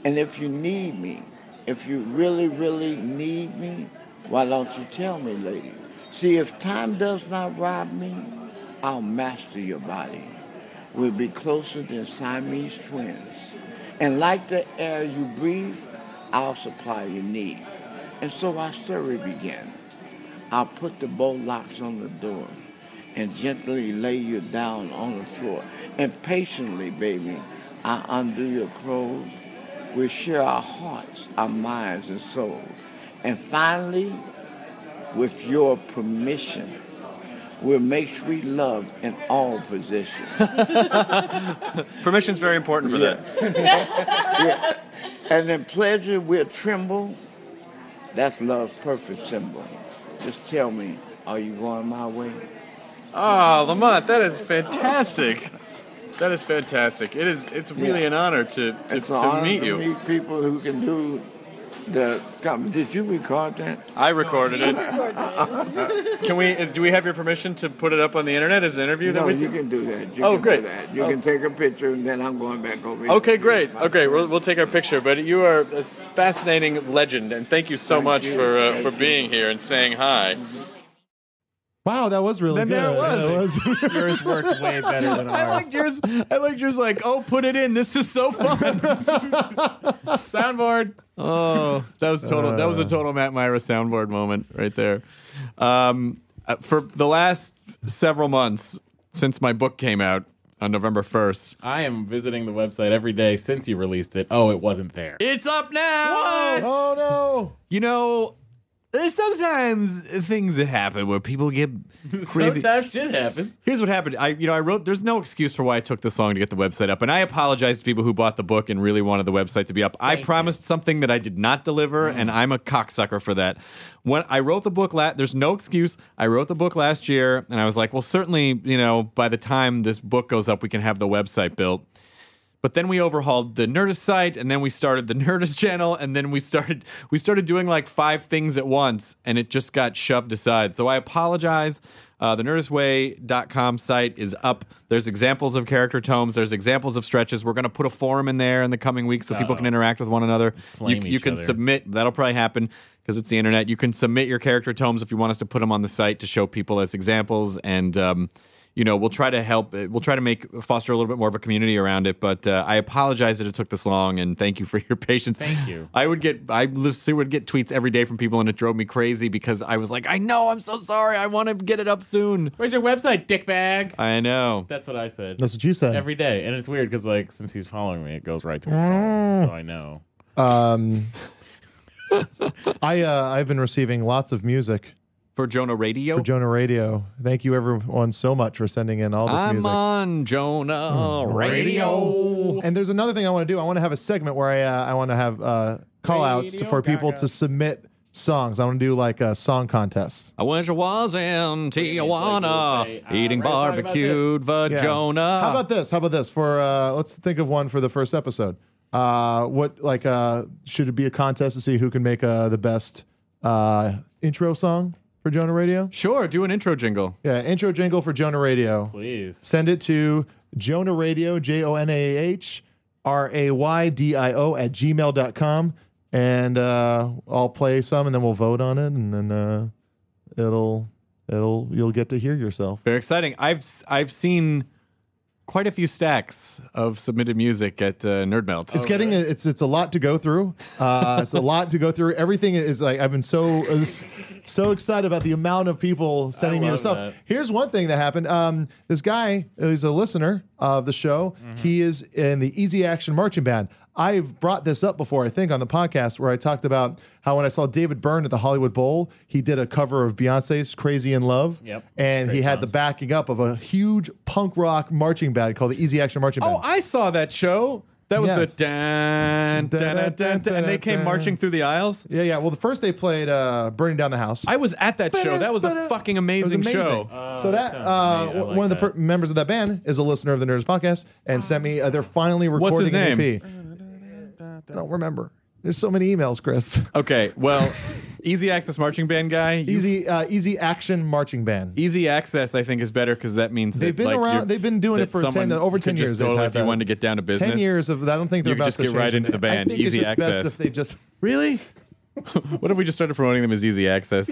S5: And if you need me, if you really, really need me, why don't you tell me, lady? See, if time does not rob me, I'll master your body. We'll be closer than Siamese twins. And like the air you breathe, I'll supply your need. And so our story began. I'll put the bow locks on the door and gently lay you down on the floor. And patiently, baby, I undo your clothes. We share our hearts, our minds, and souls. And finally, with your permission, we'll make sweet love in all positions.
S7: Permission's very important for that.
S5: And in pleasure will tremble. That's love's perfect symbol. Just tell me, are you going my way?
S7: Oh, Lamont, that is fantastic. That is fantastic. It is. It's really
S5: Yeah.
S7: an honor to to,
S5: It's
S7: to
S5: an honor
S7: meet
S5: to
S7: you.
S5: meet people who can do the. com- Did you record that?
S7: I recorded it. Can we? Is, do we have your permission to put it up on the internet as an interview? that
S5: no,
S7: we
S5: you
S7: took?
S5: can do that. You
S7: Oh,
S5: can
S7: great.
S5: Do that. You
S7: Oh.
S5: can take a picture, and then I'm going back over. here.
S7: Okay, great. Okay, we'll, we'll take our picture. But you are a fascinating legend, and thank you so
S5: Thank
S7: much
S5: you.
S7: for uh,
S5: Thank
S7: for
S5: you.
S7: being here and saying hi.
S4: Wow, that was really
S1: Then
S4: good.
S1: there it was.
S3: *laughs*
S4: That was-
S3: Yours worked way *laughs* better than ours.
S1: I liked yours. I liked yours. Like, oh, put it in. This is *laughs* so fun.
S3: Soundboard.
S1: Oh, Uh. that was total. that was a total Matt Myra soundboard moment right there. Um, uh, for the last several months since my book came out on November first,
S3: I am visiting the website every day since you released it. Oh, it wasn't there. *laughs*
S1: it's up now.
S4: oh no.
S1: You know, uh, sometimes things happen where people *laughs* get crazy.
S3: Sometimes shit happens.
S1: Here's what happened. I, you know, I wrote. There's no excuse for why it took this long to get the website up, and I apologize to people who bought the book and really wanted the website to be up. I promised something that I did not deliver, and I'm a cocksucker for that. When I wrote the book, la- there's no excuse. I wrote the book last year, and I was like, well, certainly, you know, by the time this book goes up, we can have the website built. But then we overhauled the Nerdist site, and then we started the *laughs* Nerdist channel, and then we started we started doing like five things at once, and it just got shoved aside. So I apologize. Uh, the nerdistway.com site is up. There's examples of character tomes. There's examples of stretches. We're going to put a forum in there in the coming weeks so people
S3: Uh-oh.
S1: can interact with one another.
S3: Flame
S1: you you
S3: each
S1: can
S3: other.
S1: submit. That'll probably happen because it's the internet. You can submit your character tomes if you want us to put them on the site to show people as examples. And um, you know, we'll try to help. uh, We'll try to make foster a little bit more of a community around it. But uh, I apologize that it took this long, and thank you for *laughs* your patience.
S3: Thank you.
S1: I would get I literally would get tweets every day from people, and it drove me crazy because I was like, I know, I'm so sorry. I want to get it up soon.
S3: Where's your website, dickbag?
S1: I know.
S3: That's what I said.
S4: That's what you said.
S3: Every day. And it's weird because, like, since he's following me, it goes right to his
S4: Mm.
S3: phone. So I know.
S4: Um, *laughs* I uh, I've been receiving lots of music
S1: For Jonah Radio.
S3: Oh.
S4: for Jonah Radio. Thank you everyone so much for sending in all this
S1: I'm
S4: music. Hmm.
S1: on Jonah Radio.
S4: And there's another thing I want to do. I want to have a segment where I uh, I want to have uh, call outs
S3: Radio
S4: for people
S3: Gaga.
S4: to submit songs. I want to do like a song contest.
S1: I wish I was in Tijuana
S3: like we'll say, uh,
S1: eating
S3: Ray, sorry about
S1: barbecued
S4: Yeah.
S1: vagina.
S4: How about this? How about this? For uh, let's think of one for the first episode. Uh, what like uh, should it be a contest to see who can make uh, the best uh, intro song for Jonah Radio?
S1: Sure, do an intro jingle.
S4: Yeah, intro jingle for Jonah Radio.
S3: Please.
S4: Send it to Jonah Radio, J O N A H R A Y D I O at gmail.com. And uh, I'll play some and then we'll vote on it and then uh, it'll it'll you'll get to hear yourself.
S1: Very exciting. I've I've seen quite a few stacks of submitted music at uh, Nerdmelt.
S3: Oh,
S4: It's getting a, it's it's a lot to go through. Uh, it's a lot to go through. Everything is like I've been so is so excited about the amount of people sending me
S3: love
S4: this stuff.
S3: that.
S4: Here's one thing that happened. Um, this guy who's a listener of the show,
S3: Mm-hmm.
S4: he is in the Easy Action Marching Band. I've brought this up before, I think, on the podcast where I talked about how when I saw David Byrne at the Hollywood Bowl, he did a cover of Beyonce's "Crazy in Love,"
S3: Yep.
S4: and he
S3: Great
S4: had
S3: song.
S4: the backing up of a huge punk rock marching band called the Easy Action Marching Band.
S1: oh, I saw that show. That was
S4: Yes.
S1: the dan, dan, dan, dan, dan, and they came
S4: Da-da-da-da-da.
S1: marching through the aisles.
S4: Yeah, yeah. Well, the first they played uh, "Burning Down the House."
S1: I was at that show. That was a fucking
S4: It was
S1: amazing,
S4: amazing.
S1: show.
S4: so
S3: Oh, that
S4: that,
S3: sounds
S4: uh,
S3: amazing. I like
S4: one of the
S3: that.
S4: per- members of that band is a listener of the Nerds podcast and sent me. Uh, they're finally recording
S1: What's his
S4: an
S1: name?
S4: EP. I don't remember. There's so many
S1: *laughs*
S4: emails, Chris.
S1: okay, well, Easy Access Marching Band guy. you-
S4: Easy, uh, easy action marching band.
S1: Easy access, I think, is better because that means
S4: They've
S1: that,
S4: been
S1: like,
S4: around-
S1: you're-
S4: they've been doing it
S1: that
S4: for 10
S1: someone
S4: over
S1: could
S4: 10
S1: just
S4: years they've
S1: Totally,
S4: had
S1: if you
S4: that.
S1: wanted to get down to business,
S4: Ten years of. I don't think they're
S1: You
S4: about
S1: just
S4: to
S1: get right
S4: change
S1: into
S4: it.
S1: the band.
S4: I think it's
S1: Easy
S4: just best
S1: access.
S4: if they just *laughs*
S1: Really? what if we just started promoting them as Easy Access?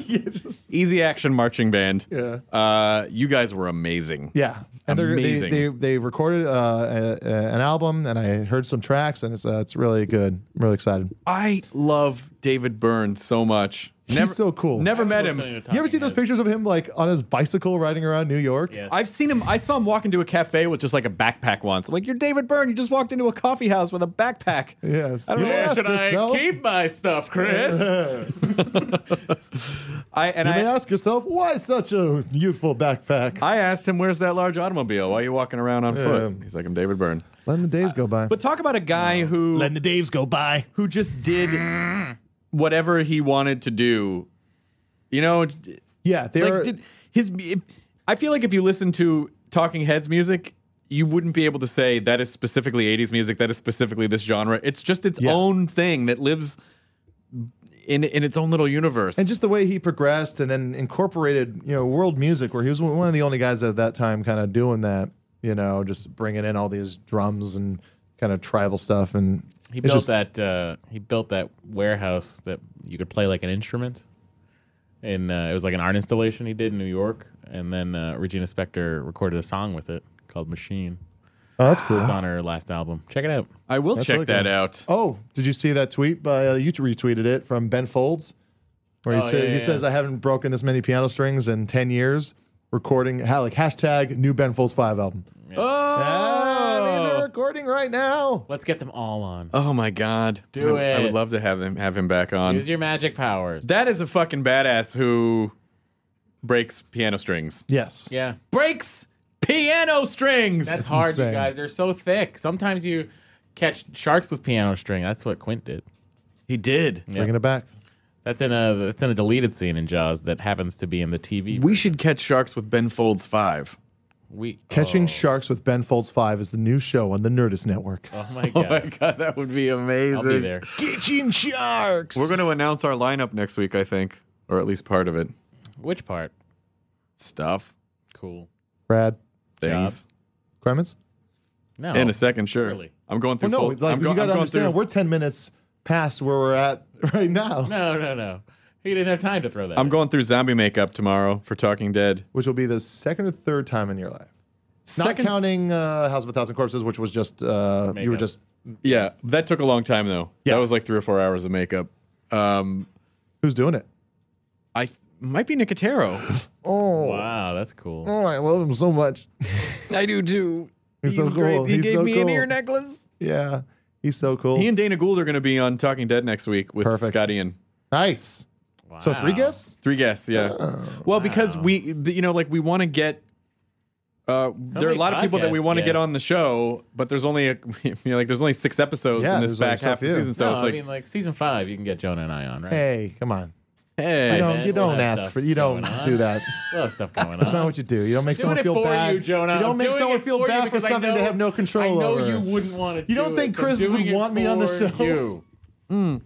S1: Easy Action Marching Band.
S4: Yeah.
S1: Uh, you guys were amazing.
S4: Yeah, and they're, they
S1: Amazing.
S4: they they recorded uh, a, a, an album, and I heard some tracks, and it's uh, it's really good. I'm really excited.
S1: I love David Byrne so much.
S4: He's so cool.
S1: Never met him.
S4: You ever see those pictures of him like on his bicycle riding around New York?
S3: Yes.
S1: I've seen him. I saw him walk into a cafe with just like a backpack once. I'm like, you're David Byrne. You just walked into a coffee house with a backpack.
S4: Yes.
S1: I don't
S4: You
S1: know.
S4: may
S3: Where
S4: ask
S3: should
S4: yourself-
S3: I keep my stuff, Chris?
S1: I and
S4: You
S1: I
S4: may ask yourself, why such a youthful backpack?
S1: I asked him, "Where's that large automobile? Why are you walking around on foot?"
S4: Yeah.
S1: He's like, "I'm David Byrne."
S4: Letting the days go by.
S1: But talk about a guy who
S4: the days go by.
S1: who just did whatever he wanted to do. You know,
S4: Yeah, they
S1: like
S4: are.
S1: did, his. If, I feel like if you listen to Talking Heads music, you wouldn't be able to say that is specifically '80s music. That is specifically this genre. It's just its
S4: Yeah.
S1: own thing that lives in in its own little universe.
S4: and just the way he progressed and then incorporated, you know, world music, where he was one of the only guys at that time kind of doing that, you know, just bringing in all these drums and kind of tribal stuff. And
S3: He
S4: it's
S3: built
S4: just-
S3: that. Uh, he built that warehouse that you could play like an instrument, and uh, it was like an art installation he did in New York. And then uh, Regina Spektor recorded a song with it called "Machine."
S4: Oh, that's cool.
S3: It's on her last album. Check it out.
S1: I will check
S4: really
S1: that
S4: good.
S1: out.
S4: Oh, did you see that tweet? By uh, you retweeted it from Ben Folds, where he,
S3: Oh,
S4: sa-
S3: yeah,
S4: he
S3: yeah,
S4: says,
S3: yeah.
S4: "I haven't broken this many piano strings in ten years." Recording ha- like hashtag new Ben Folds five album.
S3: Oh.
S4: Ah, I mean, they're
S1: Oh,
S4: recording right now.
S3: Let's get them all on.
S1: oh my God!
S3: Do
S1: I, I would
S3: it.
S1: love to have him have him back on.
S3: Use your magic powers.
S1: That is a fucking badass who breaks piano strings.
S4: Yes.
S3: yeah.
S1: Breaks piano strings.
S3: That's hard, you
S4: insane.
S3: guys. They're so thick. Sometimes you catch sharks with piano string. That's what Quint did.
S1: he did.
S4: Bringing it back.
S3: That's in a that's in a deleted scene in Jaws that happens to be in the TV. *laughs*
S1: We should catch sharks with Ben Folds five.
S3: We
S4: Catching
S3: oh,
S4: Sharks with Ben Folds 5 is the new show on the Nerdist Network.
S3: Oh my
S1: Oh my
S3: god.
S1: god, that would be amazing.
S3: I'll be there.
S4: Catching Sharks!
S1: We're going to announce our lineup next week, I think, or at least part of it.
S3: Which part?
S1: Stuff,
S3: Cool.
S4: Brad,
S1: things.
S4: Kremens?
S3: No.
S1: In a second, sure.
S3: Oh, Really?
S1: I'm going through
S4: Well, no,
S1: full.
S4: like,
S1: I'm, go-
S4: you got
S1: I'm
S4: to
S1: going
S4: understand,
S1: through.
S4: we're 10 minutes past where we're at *laughs* right now,
S3: No, no, no. He didn't have time to throw that.
S1: I'm
S3: in.
S1: going through zombie makeup tomorrow for Talking Dead.
S4: which will be the second or third time in your life. Not
S1: Second,
S4: counting uh, House of a Thousand Corpses, which was just, uh, you were
S3: Makeup.
S4: just,
S1: yeah, that took a long time though.
S4: Yeah.
S1: That was like three or four hours of makeup. Um,
S4: who's doing it?
S1: I might be
S4: *laughs*
S1: Nicotero.
S4: Oh,
S3: Wow, that's cool.
S4: oh, I love him so much. *laughs*
S1: I do too.
S4: He's so cool. He's so cool.
S1: necklace.
S4: Yeah, he's so cool.
S1: He and Dana Gould are going to be on Talking Dead next week with
S4: Perfect.
S1: Scott Ian.
S4: nice.
S3: Wow.
S4: So three guests?
S1: Three guests, yeah. well, because
S3: Oh, Wow.
S1: we, th- you know, like we want to get. Uh, there are a
S3: many
S1: lot of people that we
S3: podcast
S1: want to get
S3: guests.
S1: on the show, but there's only a, *laughs* you know, like there's only six episodes
S4: Yeah,
S1: in this
S4: there's only
S1: back
S4: so
S1: half of the
S4: few.
S1: season, so
S3: no,
S1: it's
S3: I
S1: like,
S3: mean, like season five, you can get Jonah and I on, right?
S4: Hey, come on.
S1: hey,
S4: You don't,
S3: man,
S4: you
S3: we'll
S4: don't
S3: have
S4: ask
S3: stuff
S4: for you don't
S3: going on.
S4: do that.
S3: We'll have stuff going on.
S4: *laughs* That's not what you do. You don't make
S3: Doing
S4: someone
S3: it
S4: feel
S3: for
S4: bad.
S3: you, Jonah.
S4: You don't
S3: I'm
S4: make
S3: doing
S4: someone
S3: it
S4: feel
S3: for you
S4: bad for
S3: because I
S4: something they
S3: know-
S4: have no
S3: I
S4: control
S3: know
S4: over.
S3: you wouldn't want to.
S4: You don't
S3: do
S4: think
S3: it, so
S4: Chris
S3: I'm doing
S4: would
S3: it
S4: want me on the
S3: for
S4: show?
S3: You.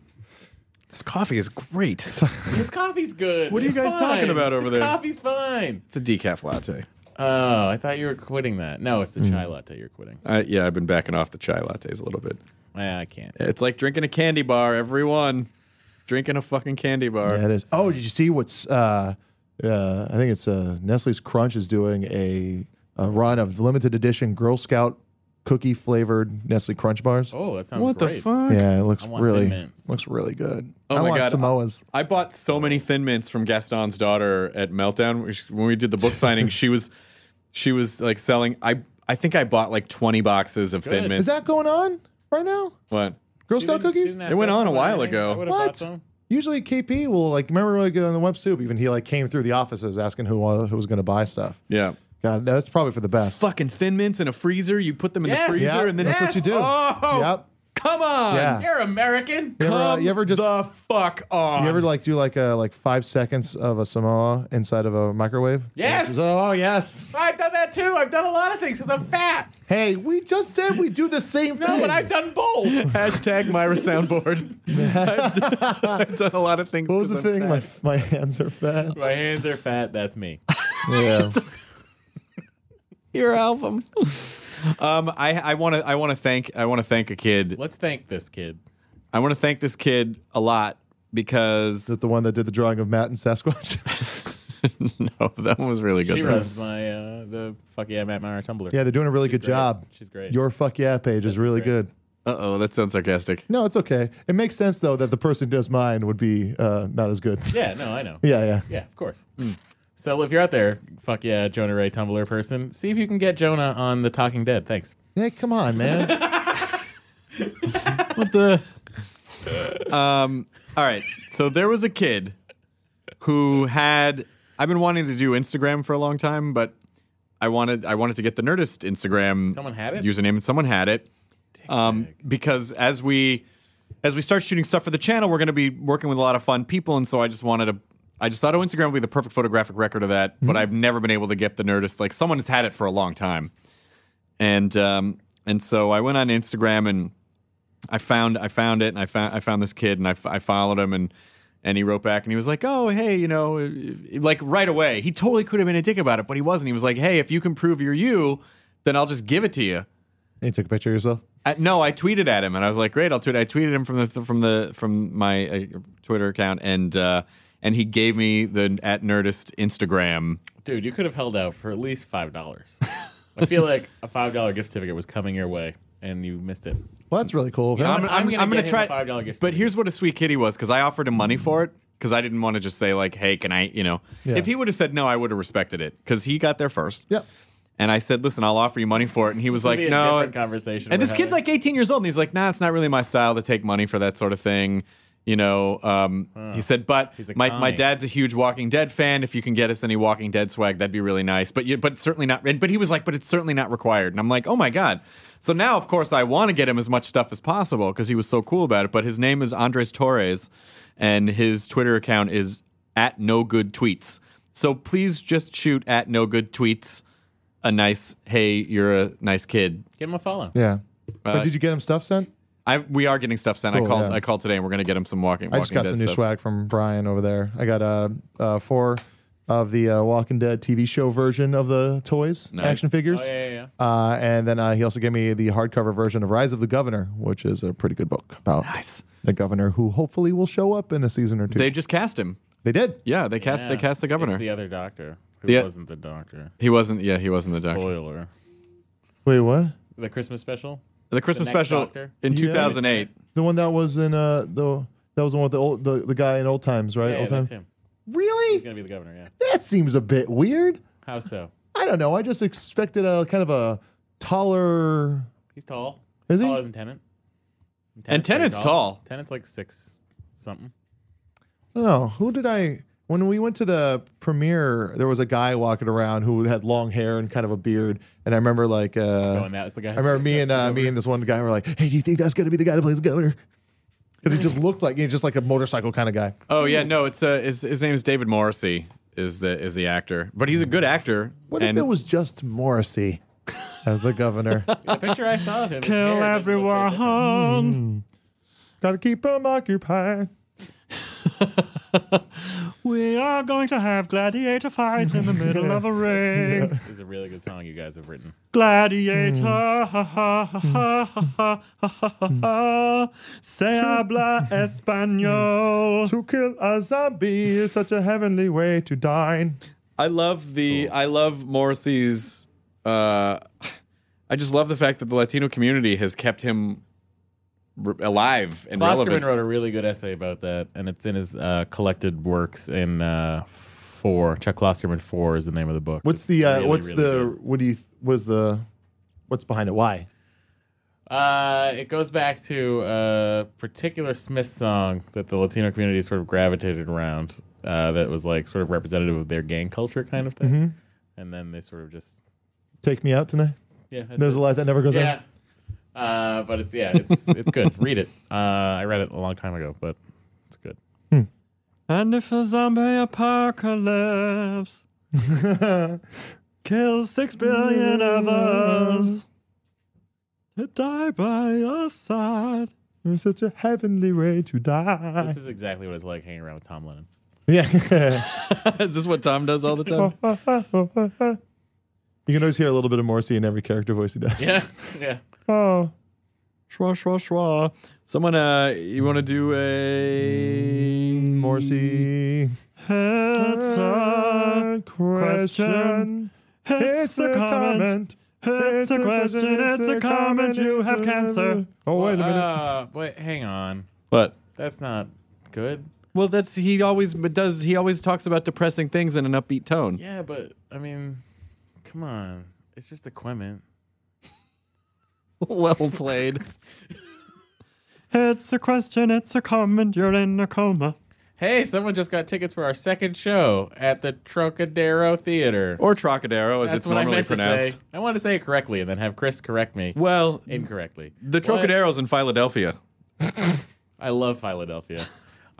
S1: this coffee is
S4: *laughs*
S1: great. It's
S3: His coffee's good.
S1: What are you
S3: It's
S1: guys
S3: fine.
S1: talking about over
S3: His
S1: there?
S3: Coffee's fine.
S1: a decaf latte.
S3: Oh, I thought you were quitting that. No, it's the
S4: Hmm.
S3: chai latte you're quitting.
S1: Uh, yeah, I've been backing off the chai lattes a little bit.
S3: Yeah, I can't.
S1: It's like drinking a candy bar. Everyone drinking a fucking candy bar.
S4: Yeah, it is. Oh, did you see what's? Uh, uh, I think it's uh, Nestle's Crunch is doing a, a run of limited edition Girl Scout cookie flavored Nestle Crunch bars.
S3: Oh, that sounds
S1: what
S3: great.
S1: the fuck?
S4: Yeah, it looks
S3: I want Thin
S4: really
S3: Mints.
S4: looks really good.
S1: Oh
S4: I
S1: my
S4: want
S1: God.
S4: Samoa's.
S1: I bought so many Thin Mints from Gaston's daughter at Meltdown which- when we did the
S4: *laughs*
S1: book signing. She was, she was like selling. I I think I bought like twenty boxes of Thin
S3: Good.
S1: Mints.
S4: Is that going on right now?
S1: what?
S4: Girl
S3: She
S4: Scout
S3: didn't- she
S4: cookies?
S3: didn't ask
S1: It went
S3: us
S1: on a
S3: about
S1: while
S3: anything.
S1: ago.
S3: I would've
S4: What?
S3: Thought so.
S4: Usually KP will like remember like on the web soup even he like came through the offices asking who uh, who was going to buy stuff.
S1: Yeah.
S4: God, that's probably for the best.
S1: Fucking Thin Mints in a freezer. You put them in
S3: Yes.
S1: the freezer
S4: Yeah,
S1: and then
S4: that's what you do.
S1: Oh,
S4: Yep.
S1: come on.
S4: Yeah.
S3: You're American.
S4: You ever, uh,
S1: Come
S4: you ever just
S1: the fuck on?
S4: You ever like do like a like five seconds of a Samoa inside of a microwave?
S3: Yes.
S4: Oh yes.
S3: I've done that too. I've done a lot of things because I'm
S1: *laughs*
S3: fat.
S4: Hey, we just said we do the same thing.
S3: No, but I've done
S1: *laughs*
S3: both.
S1: Hashtag Myra soundboard. I've, done, I've done a lot of things.
S4: What was the
S1: 'cause
S4: thing?
S1: I'm
S4: My,
S1: fat.
S4: my hands are fat.
S3: My hands are fat. That's me.
S1: *laughs*
S4: Yeah.
S1: Your album. *laughs* um, I I want to I want to thank I want to thank a kid.
S3: Let's thank this kid.
S1: I want to thank this kid a lot because
S3: *laughs*
S1: *laughs*
S4: Is it *laughs* the one that did the drawing of Matt and Sasquatch?
S1: no, that one was really good.
S3: She
S1: though.
S3: runs my uh, the fuck yeah Matt Meyer Tumblr.
S4: yeah, they're doing a really good
S3: great.
S4: job.
S3: She's great.
S4: Your fuck yeah page is really
S3: great.
S4: good.
S1: Uh oh, that sounds sarcastic.
S4: No, it's okay. It makes sense though that the person who does mine would be uh, not as good.
S3: yeah, no, I know.
S4: *laughs* yeah, yeah.
S3: Yeah, of course. Hmm. So if you're out there, fuck yeah, Jonah Ray Tumblr person, see if you can get Jonah on the Talking Dead. Thanks.
S4: Hey, come
S3: *laughs*
S4: on, man.
S1: What the? um. All right. So there was a kid who had. I've been wanting to do Instagram for a long time, but I wanted I wanted to get the Nerdist Instagram
S3: Someone had it?
S1: username, and someone had it. Um, because as we as we start shooting stuff for the channel, we're going to be working with a lot of fun people, and so I just wanted to. I just thought, oh, Instagram would be the perfect photographic record of that, but I've never been able to get the Nerdist. Like someone has had it for a long time, and um, and so I went on Instagram and I found I found it and I found I found this kid and I, f- I followed him and and he wrote back and he was like, "Oh, hey, you know, i- i- like right away. He totally could have been a dick about it, but he wasn't. He was like, "Hey, if you can prove you're you, then I'll just give it to you."
S4: you took a picture of yourself.
S1: Uh, no, I tweeted at him, and I was like, "Great, I'll tweet." I tweeted him from the from the from my uh, Twitter account, and uh, and he gave me the at Nerdist Instagram.
S3: Dude, you could have held out for at least five dollars. I feel like a five dollar gift certificate was coming your way and you missed it.
S4: Well, that's really cool.
S1: I'm,
S3: I'm
S1: I'm,
S3: gonna
S1: I'm gonna
S3: get him
S1: try.
S3: a $5 gift
S1: but
S3: certificate.
S1: here's what a sweet kid he was, because I offered him money for it, because I didn't want to just say like, "Hey, can I?" You know,
S4: Yeah.
S1: if he would have said no, I would have respected it, because he got there first.
S4: Yep.
S1: And I said, "Listen, I'll offer you money for it," and he was like,
S3: Maybe a
S1: "No."
S3: different conversation.
S1: And
S3: we're
S1: this kid's
S3: having.
S1: like 18 years old, and he's like, "Nah, it's not really my style to take money for that sort of thing." You know, um, he said, "But
S3: He's a
S1: my, my
S3: commie.
S1: dad's a huge Walking Dead fan. If you can get us any Walking Dead swag, that'd be really nice." But you, but certainly not. And, but he was like, "But it's certainly not required." And I'm like, "Oh my god!" So now, of course, I want to get him as much stuff as possible because he was so cool about it. But his name is Andres Torres, and his Twitter account is at No Good Tweets. So please just shoot at No Good Tweets a nice, hey, you're a nice kid.
S3: Give him a follow.
S4: Yeah.
S1: Uh,
S4: but did you get him stuff sent?
S1: I we are getting stuff sent.
S4: Cool,
S1: I called
S4: yeah.
S1: I called today and we're gonna get him some walking.
S4: I just
S1: Walking
S4: got
S1: Dead
S4: some new
S1: stuff.
S4: swag from Brian over there. I got uh, uh, four of the uh, Walking Dead TV show version of the toys,
S1: Nice.
S4: action figures.
S3: Oh, yeah, yeah, yeah.
S4: Uh, and then uh, he also gave me the hardcover version of Rise of the Governor, which is a pretty good book about
S1: Nice.
S4: the governor who hopefully will show up in a season or two.
S1: They just cast him.
S4: They did.
S1: Yeah, they cast they
S3: Yeah.
S1: cast the
S3: It's
S1: governor.
S3: the other doctor who
S1: The-
S3: wasn't the doctor.
S1: he wasn't. Yeah, he wasn't the doctor.
S3: Spoiler.
S4: Wait, what?
S3: The Christmas special.
S1: The Christmas
S3: The next
S1: special
S3: Doctor?
S1: in
S4: Yeah.
S1: 2008.
S4: The one that was in uh the that was the one with the old the, the guy in old times, right?
S3: Yeah, yeah,
S4: old
S3: that's
S4: times.
S3: him. He's
S4: Really?
S3: gonna be the governor. Yeah.
S4: That seems a bit weird.
S3: How so?
S4: I don't know. I just expected a kind of a taller.
S3: He's tall.
S4: Is he?
S3: Taller than Tenant.
S1: And Tennant's tall.
S3: Tenant's like six something.
S4: I don't know. Who did I? When we went to the premiere, there was a guy walking around who had long hair and kind of a beard, and I remember like
S3: Oh,
S4: uh,
S3: and that was the guy.
S4: I remember me and uh, me and this one guy were like, "Hey, do you think that's gonna be the guy that plays the governor?" Because he just looked like he's just like a motorcycle kind of guy.
S1: Oh yeah, no, it's uh, his, his name is David Morrissey. Is the is the actor, but he's a good actor.
S4: What
S1: and
S4: if it was just Morrissey as the
S3: *laughs*
S4: governor?
S3: the picture I saw of him. Kill everyone.
S4: Gotta keep him occupied.
S8: We are going to have gladiator fights
S4: *laughs*
S8: in the middle of a ring.
S3: This is a really good song you guys have written.
S8: Gladiator,
S4: Mm.
S8: ha ha ha ha ha ha ha ha
S4: Mm.
S8: ha. Se habla
S4: *laughs*
S8: español.
S4: To kill a zombie is such a heavenly way to dine.
S1: I love the I love Morrissey's. Uh, I just love the fact that the Latino community has kept him r- alive and
S3: Klosterman
S1: relevant.
S3: wrote a really good essay about that, and it's in his uh, collected works in uh, four. Chuck Klosterman four is the name of the book.
S4: What's
S3: It's
S4: the uh,
S3: really,
S4: what's
S3: really
S4: the
S3: good.
S4: what do you was the what's behind it? Why?
S3: Uh, it goes back to a particular Smith song that the Latino community sort of gravitated around. Uh, that was like sort of representative of their gang culture kind of thing.
S4: Mm-hmm.
S3: And then they sort of just
S4: Take me out tonight.
S3: yeah. that's
S4: There's
S3: it.
S4: a light that never goes
S3: yeah.
S4: out.
S3: Uh, but it's yeah, it's it's good. Read it. Uh, I read it a long time ago, but it's good.
S8: And if a zombie
S4: *laughs*
S8: apocalypse kills six billion of us, to die by your side.
S4: There's such a heavenly way to die.
S3: This is exactly what it's like hanging around with Tom Lennon.
S4: *laughs* Yeah.
S1: *laughs* is this what Tom does all the time?
S4: you can always hear a little bit of Morrissey in every character voice he does.
S3: Yeah, yeah.
S4: Oh.
S1: Shwa shwa shwa. Someone, uh, you want to do a
S4: Morrissey.
S8: It's a question. It's a comment. It's a question. It's a comment. You have cancer.
S4: Oh, wait a minute.
S3: Uh, wait, hang on.
S1: What?
S3: That's not good.
S1: Well, that's he always does. He always talks about depressing things in an upbeat
S3: *laughs*
S1: tone.
S3: Yeah, but I mean, come on. It's just equipment.
S1: well played.
S8: It's a question. It's a comment. You're in a coma.
S3: Hey, someone just got tickets for our second show at the Trocadero Theater.
S1: Or Trocadero, as
S3: That's
S1: it's
S3: what I
S1: normally
S3: meant to
S1: pronounced.
S3: say. I want to say it correctly and then have Chris correct me
S1: Well,
S3: incorrectly.
S1: the Trocadero's in Philadelphia.
S3: I love Philadelphia.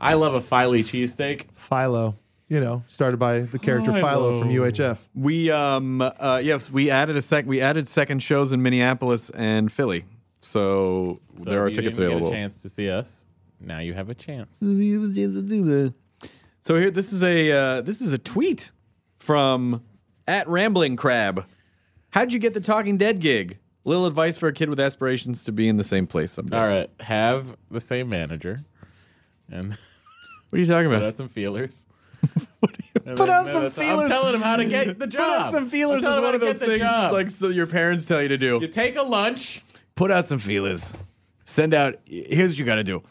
S3: I love a Philly cheesesteak.
S4: Philo. You know, started by the character Philo from UHF.
S1: We um uh yes, we added a sec we added second shows in Minneapolis and Philly. So,
S3: So
S1: there
S3: if
S1: are
S3: you
S1: tickets
S3: didn't
S1: available.
S3: Get a chance to see us. Now you have a chance.
S1: So here this is a uh, this is a tweet from at Rambling Crab. How'd you get the Talking Dead gig? Little advice for a kid with aspirations to be in the same place someday.
S3: All right, have the same manager, and *laughs*
S1: What are you talking
S3: put
S1: about? *laughs*
S3: out some feelers. And
S1: Put
S3: then-
S1: out
S3: no,
S1: some
S3: that's-
S1: feelers.
S3: I'm telling him how to get the
S1: *laughs* Put
S3: job.
S1: out some
S3: I'm
S1: feelers
S3: telling
S1: is
S3: him how
S1: one
S3: to
S1: of those
S3: get the
S1: things
S3: job.
S1: like so your parents tell you to do.
S3: you take a lunch.
S1: Put out some feelers. Send out here's what you gotta do.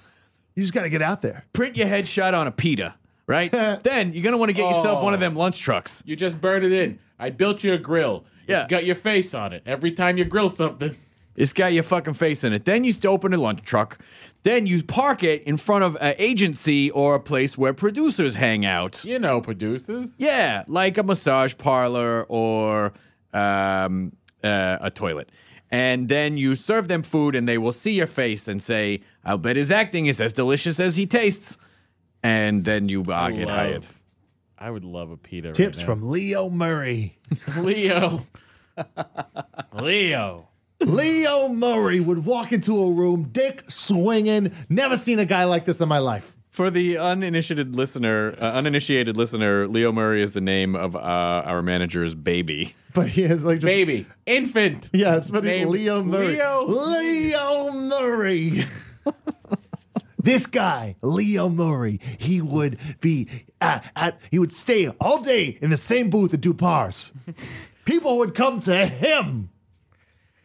S4: You just got to get out there.
S1: print your headshot on a pita,
S3: *laughs*
S1: right? then you're gonna want to get yourself
S3: Oh.
S1: one of them lunch trucks.
S3: You just burn it in. I built you a grill.
S1: Yeah.
S3: It's got your face on it. Every time you grill something, *laughs*
S1: It's got your fucking face in it. Then you open a lunch truck. Then you park it in front of an agency or a place where producers hang out.
S3: you know, producers.
S1: Yeah, like a massage parlor or um, uh, a toilet. And then you serve them food, and they will see your face and say, "I'll bet his acting is as delicious as he tastes." And then you uh, get
S3: love-
S1: hired.
S3: I would love a pita.
S4: Tips
S3: right now.
S4: *laughs* from Leo Murray.
S3: *laughs* Leo. Leo.
S4: Leo Murray would walk into a room, dick swinging. Never seen a guy like this in my life.
S1: For the uninitiated listener, uh, uninitiated listener, Leo Murray is the name of uh, our manager's baby.
S4: But he is like just
S3: Baby. Infant.
S4: Yeah, it's funny.
S3: Named
S4: Leo Murray.
S3: Leo.
S4: Leo Murray. *laughs* this guy, Leo Murray, he would be at, at he would stay all day in the same booth at Dupars. People would come to him.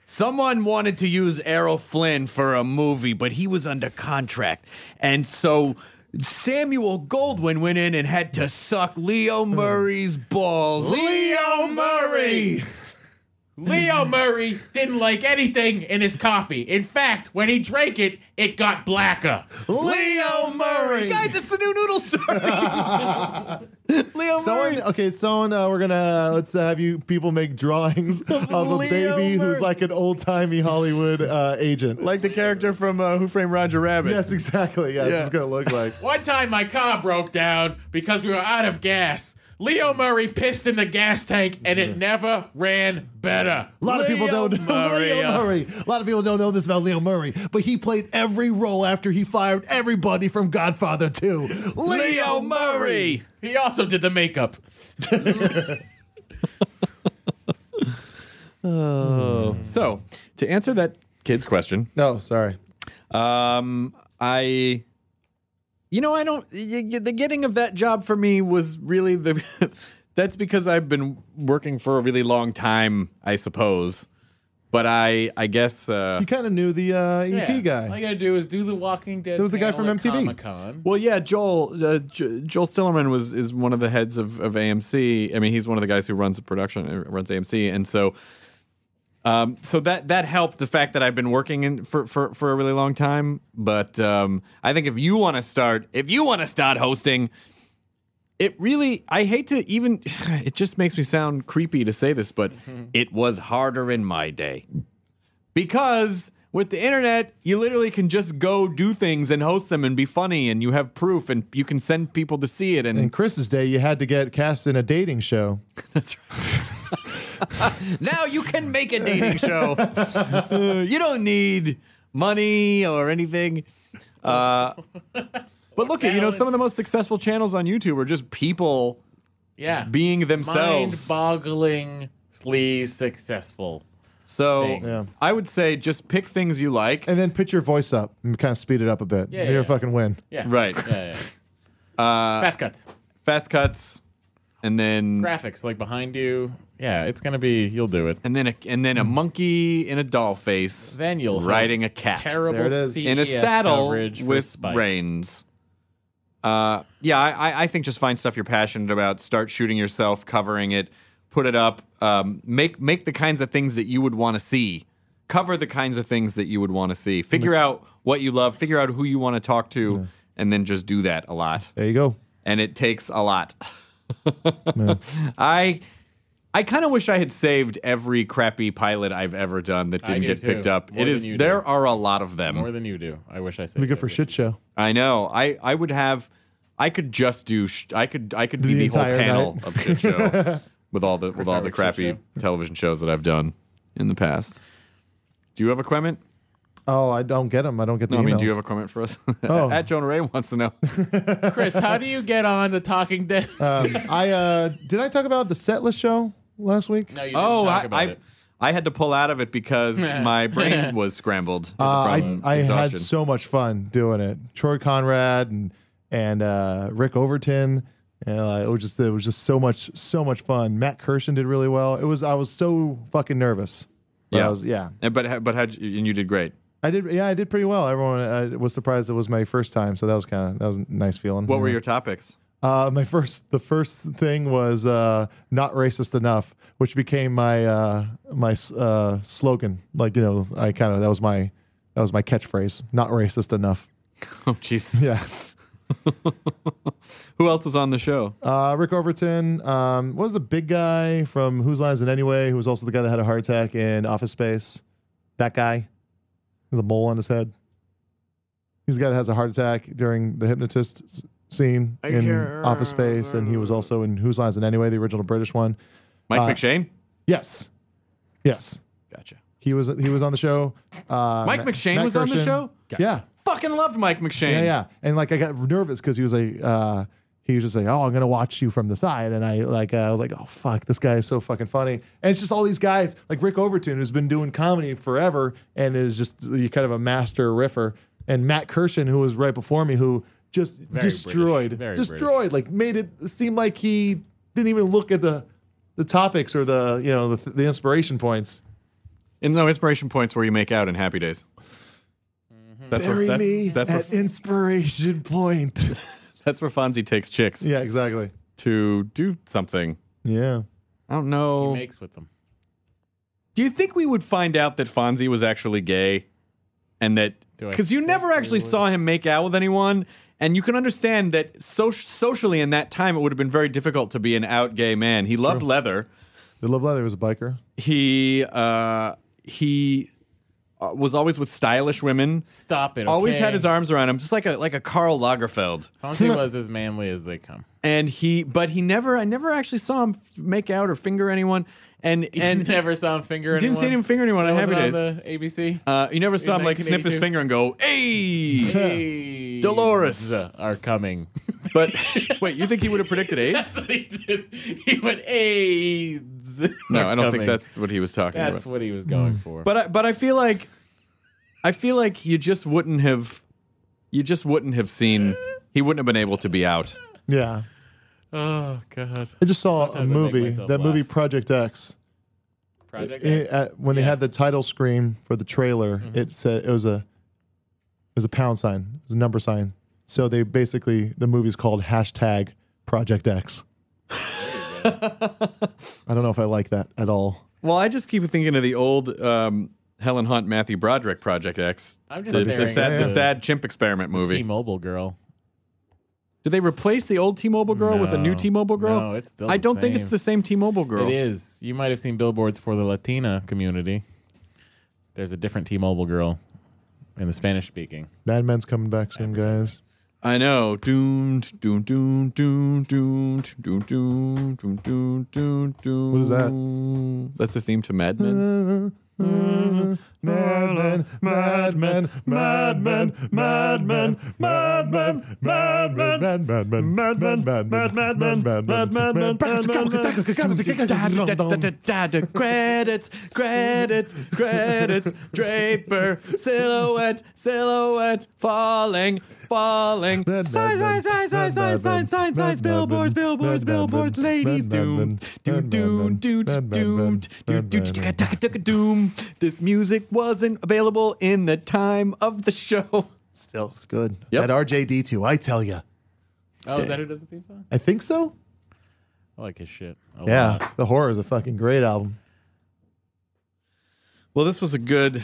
S1: Someone wanted to use Errol Flynn for a movie, but he was under contract. And so Samuel Goldwyn went in and had to suck Leo Murray's balls.
S4: Hmm. Leo Murray.
S3: Leo Murray didn't like anything in his coffee. In fact, when he drank it, it got blacker.
S4: Leo Murray.
S1: Guys, it's the new noodle
S4: *laughs*
S1: stories. Leo
S4: Someone,
S1: Murray.
S4: okay, someone, uh, we're gonna let's uh, have you people make drawings of a
S1: Leo
S4: baby
S1: Murray.
S4: who's like an old timey Hollywood uh, agent.
S1: Like the character from uh, Who Framed Roger Rabbit.
S4: yes, exactly. Yeah,
S1: Yeah.
S4: this is gonna
S1: *laughs*
S4: look like.
S3: One time my car broke down because we were out of gas. Leo Murray pissed in the gas tank and it never ran better.
S4: A lot of people
S1: Leo
S4: don't know
S1: Murray,
S4: Leo
S1: uh,
S4: Murray. A lot of people don't know this about Leo Murray, but he played every role after he fired everybody from Godfather 2. Leo,
S1: Leo Murray.
S3: He also did the makeup.
S1: Oh. So, to answer that kid's question,
S4: No, sorry.
S1: Um, I, you know, I don't. Y- y- the getting of that job for me was really the. *laughs* that's because I've been working for a really long time, I suppose. But I, I guess. Uh,
S4: You kind of knew the uh, EP guy.
S3: All you gotta do is do the Walking Dead.
S4: That was the guy
S3: panel
S4: from
S3: at
S4: MTV.
S3: Comic-Con.
S1: well, yeah, Joel, uh, J- Joel Stillerman was is one of the heads of, of AMC. I mean, he's one of the guys who runs the production, uh, runs AMC, and so. Um, so that that helped the fact that I've been working in for, for, for a really long time. But um, I think if you want to start, if you want to start hosting, it really I hate to even *sighs* it just makes me sound creepy to say this, but it was harder in my day. Because with the internet, you literally can just go do things and host them and be funny and you have proof and you can send people to see it and,
S4: In Chris's day, you had to get cast in a dating show.
S1: that's right. now you can make a dating show. Uh, you don't need money or anything. Uh, but look at you know some of the most successful channels on YouTube are just people
S3: Yeah.
S1: being themselves.
S3: mind-bogglingly successful.
S1: So
S3: things. Yeah.
S1: I would say just pick things you like.
S4: And then pitch your voice up and kind of speed it up a bit.
S3: Yeah,
S4: You're a
S3: yeah.
S4: fucking win.
S3: Yeah.
S1: Right.
S3: Yeah, yeah.
S4: Uh,
S3: Fast cuts.
S1: Fast cuts, and then
S3: Graphics like behind you. Yeah, it's gonna be. You'll do it.
S1: and then a, and then a monkey in a doll face.
S3: Then you'll
S1: riding a
S3: host
S1: cat.
S3: Terrible
S4: There it is.
S3: CES
S1: in a saddle
S3: E coverage for
S1: with
S3: Spike.
S1: brains. Uh, yeah, I, I- I think just find stuff you're passionate about. Start shooting yourself, covering it, put it up. Um, make make the kinds of things that you would want to see. Cover the kinds of things that you would want to see. Figure out what you love. Figure out who you want to talk to, and then just do that a lot.
S4: There you go.
S1: And it takes a lot. *laughs* I. I kind of wish I had saved every crappy pilot I've ever done that
S3: I
S1: didn't
S3: do
S1: get
S3: too.
S1: picked up.
S3: More
S1: it
S3: than
S1: is
S3: you do.
S1: there are a lot of them.
S3: More than you do. I wish I said.
S4: We go for shit show.
S1: I know. I I would have. I could just do. Sh- I could. I could be
S4: The
S1: the whole
S4: entire
S1: panel
S4: night.
S1: of shit
S4: *laughs*
S1: show with all the with all the
S3: Howard
S1: crappy
S3: shit
S1: television shows that I've done in the past. Do you have a comment?
S4: Oh, I don't get him. I don't get the
S1: No, I mean,
S4: emails.
S1: do you have a comment for
S4: *laughs*
S1: us?
S4: Oh.
S1: At Jonah Ray wants to know.
S3: Chris, how do you get on the Talking Dead?
S4: Um, I uh, did I talk about the setlist show last week?
S3: no, you didn't
S1: oh,
S3: talk
S1: I,
S3: about
S1: I
S3: it.
S1: I had to pull out of it
S3: *laughs*
S1: because my brain was scrambled
S4: Uh,
S1: from
S4: I, I
S1: exhaustion.
S4: had so much fun doing it. Troy Conrad and and uh, Rick Overton. And, uh, it was just it was just so much so much fun. Matt Kirshen did really well. It was I was so fucking nervous. But
S1: Yeah.
S4: I was, yeah.
S1: And- but ha- but had and you did great.
S4: I did yeah I did pretty well. Everyone uh, was surprised it was my first time, so that was kind of that was a nice feeling.
S1: What were your topics? *laughs*
S4: Uh, my first, the first thing was uh, not racist enough, which became my uh, my uh, slogan. Like you know, I kind of that was my that was my catchphrase. Not racist enough. *laughs*
S1: Oh Jesus!
S4: Yeah.
S1: *laughs* Who else was on the show?
S4: Uh, Rick Overton um, what was the big guy from Whose Lines It Anyway, who was also the guy that had a heart attack in Office Space. That guy, with a mole on his head. He's the guy that has a heart attack during the hypnotist s- scene
S1: I
S4: in
S1: can't
S4: Office Space, and he was also in Whose Lines It Anyway, the original British one.
S1: Mike
S4: uh,
S1: McShane.
S4: Yes. Yes,
S1: Gotcha.
S4: he was he was on the show. Uh,
S1: Mike
S4: Ma-
S1: McShane
S4: Matt
S1: was on the
S4: Gershon.
S1: show?
S4: Yeah,
S1: Fucking loved Mike McShane.
S4: yeah, yeah. And like I got nervous because he was like, uh, he was just like, oh, I'm gonna watch you from the side, and I like, uh, I was like, oh fuck, this guy is so fucking funny. And it's just all these guys like Rick Overton who's been doing comedy forever and is just you kind of a master riffer, and Matt Kirshen who was right before me who just destroyed,
S3: British, very
S4: destroyed, like made it seem like he didn't even look at the the topics or the you know the, the inspiration points.
S1: And no inspiration points where you make out in Happy Days.
S3: Mm-hmm.
S1: That's where, that's, that's, where,
S4: inspiration point.
S1: that's where Fonzie takes chicks
S4: yeah, exactly.
S1: to do something.
S4: Yeah.
S1: I don't know.
S3: makes with them.
S1: Do you think we would find out that Fonzie was actually gay? And that
S3: Do I
S1: because you never actually saw him make out with anyone, and you can understand that so- socially in that time it would have been very difficult to be an out gay man. He loved leather.
S4: The Love Leather was a biker.
S1: He uh, he uh, was always with stylish women.
S3: Stop it.
S1: Always
S3: okay?
S1: had his arms around him, just like a like a Karl Lagerfeld. *laughs*
S3: Fonzie was as manly as they come.
S1: And he, but he never, I never actually saw him f- make out or finger anyone.
S3: *laughs*
S1: And
S3: And
S1: and
S3: never saw him finger
S1: didn't
S3: anyone.
S1: see him finger anyone on
S3: That
S1: Happy Days.
S3: wasn't on the ABC.
S1: Uh, you never saw him like snip his
S3: 1982.
S1: finger and go, "Hey." *laughs*
S3: Hey,
S1: Dolores.
S3: are
S1: *laughs*
S3: coming.
S1: But wait, you think he would have predicted AIDS?
S3: That's what he did. He went AIDS.
S1: No,
S3: are
S1: I don't think
S3: coming."
S1: that's what he was talking
S3: that's
S1: about.
S3: what he was
S4: Hmm.
S3: going for.
S1: But I, but I feel like I feel like you just wouldn't have you just wouldn't have seen he wouldn't have been able to be out.
S4: Yeah.
S3: oh god,
S4: I just saw
S3: Sometimes
S4: a
S3: I make
S4: movie,
S3: myself
S4: that movie
S3: laugh.
S4: Project X.
S3: Project
S4: It-
S3: X.
S4: uh, when they had the
S3: Yes. Mm-hmm.
S4: title screen for the trailer, it said it was a it was a pound sign, it was a number sign. So they basically the movie's called hashtag Project X. *laughs* I don't know if I like that at all.
S1: Well, I just keep thinking of the old um, Helen Hunt Matthew Broderick Project X.
S3: I'm just
S1: The, the
S3: staring
S1: sad,
S3: at
S1: the sad chimp experiment movie.
S3: T-Mobile girl.
S1: Did they replace the old T-Mobile girl with a new
S3: No.
S1: T-Mobile girl?
S3: No, it's still
S1: I
S3: the
S1: don't think it's
S3: same.
S1: the same T-Mobile girl.
S3: It is. You might have seen billboards for the Latina community. There's a different T-Mobile girl in the Spanish speaking.
S4: Mad Men's coming back soon, guys.
S1: I know. Doomed, doomed, doomed, doomed, doomed, doomed, doomed, doomed, doomed, doomed, doomed. Uh,
S4: What is that?
S1: That's the theme to Mad Men.
S4: Mad Men, Mad Men, Mad Men, Mad Men, Mad Men, Mad Men, Mad Men, Mad Men, Mad Men, Mad Men, Mad Men, Mad Men.
S1: credits, credits, credits, Draper, silhouette, silhouette, falling, falling.
S4: Signs, signs, signs, signs, signs, signs, signs, signs, billboards, billboards, billboards, ladies, doom, doom, doom, doom, doom, doom, doom, doom.
S1: doom. This music wasn't available in the time of the show.
S4: Still, it's good.
S1: Yep.
S4: That RJD too, I tell ya.
S3: Oh, is that who does the theme song?
S4: I think so.
S3: I like his shit. a lot.
S4: Yeah, The Horror is a fucking great album.
S1: Well, this was a good.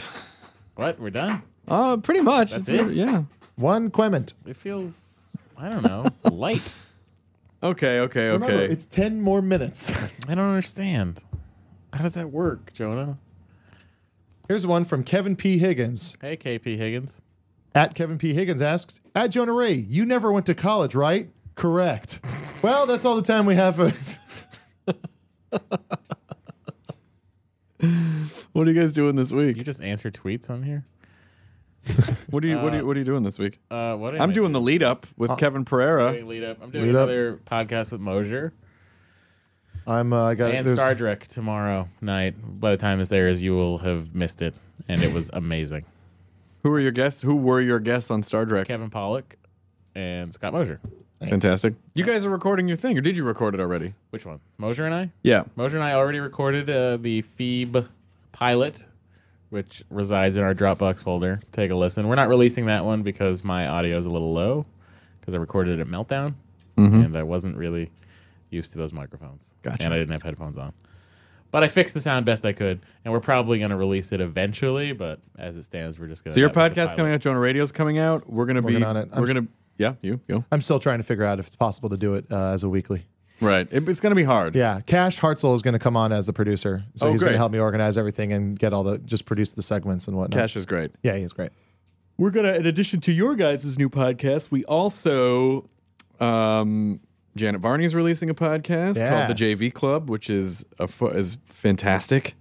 S3: What? We're done.
S1: Uh, pretty much.
S3: That's
S1: It's-
S3: it?
S1: Yeah.
S4: One Quement.
S3: It feels. I don't
S4: *laughs*
S3: know. light.
S1: Okay. Okay. Okay.
S4: Remember, it's ten more minutes.
S3: I don't understand. How does that work, Jonah?
S4: *laughs* Here's one from Kevin P. Higgins.
S3: Hey, KP Higgins.
S4: At Kevin P. Higgins asked, At Jonah Ray, you never went to college, right? Correct. *laughs* Well, that's all the time we have. For- *laughs*
S1: what are you guys doing this
S3: You
S1: week?
S3: just answer tweets on here.
S1: What are you What are you, what are you doing this week?
S3: Uh, what? am
S1: I'm
S3: I
S1: doing the lead up with Kevin Pereira.
S3: doing lead up. I'm doing
S4: Lead up.
S3: another podcast with Mosier
S4: I'm. Uh, I got.
S3: and
S4: there's-
S3: Star Trek tomorrow night. By the time this airs, you will have missed it, and it was amazing.
S1: Who are your guests? Who were your guests on Star Trek?
S3: Kevin Pollock and Scott Mosier.
S1: Fantastic. You guys are recording your thing, or did you record it already?
S3: Which one? Mosier and I.
S1: Yeah.
S3: Mosier and I already recorded uh, the Phoebe pilot, which resides in our Dropbox folder. Take a listen. We're not releasing that one because my audio is a little low because I recorded it at Meltdown and I wasn't really used to those microphones.
S1: Mm-hmm. Gotcha.
S3: And I didn't have headphones on. But I fixed the sound best I could, and we're probably going to release it eventually. But as it stands, we're just going to.
S1: So your podcast coming out, Jonah Radio's coming out. We're gonna be
S4: Working on it. I'm
S1: We're gonna. Yeah. You go.
S4: I'm still trying to figure out if it's possible to do it uh, as a weekly.
S1: Right. It- it's gonna be hard.
S4: Yeah, Cash Hartzell is going to come on as the producer, so
S1: Oh,
S4: he's going
S1: great.
S4: to help me organize everything and get all the just produce the segments and whatnot.
S1: Cash is great.
S4: Yeah, he's great.
S1: We're gonna, in addition to your guys' new podcast, we also, um, Janet Varney is releasing a podcast
S4: Yeah.
S1: called the JV Club, which is a fu- is fantastic.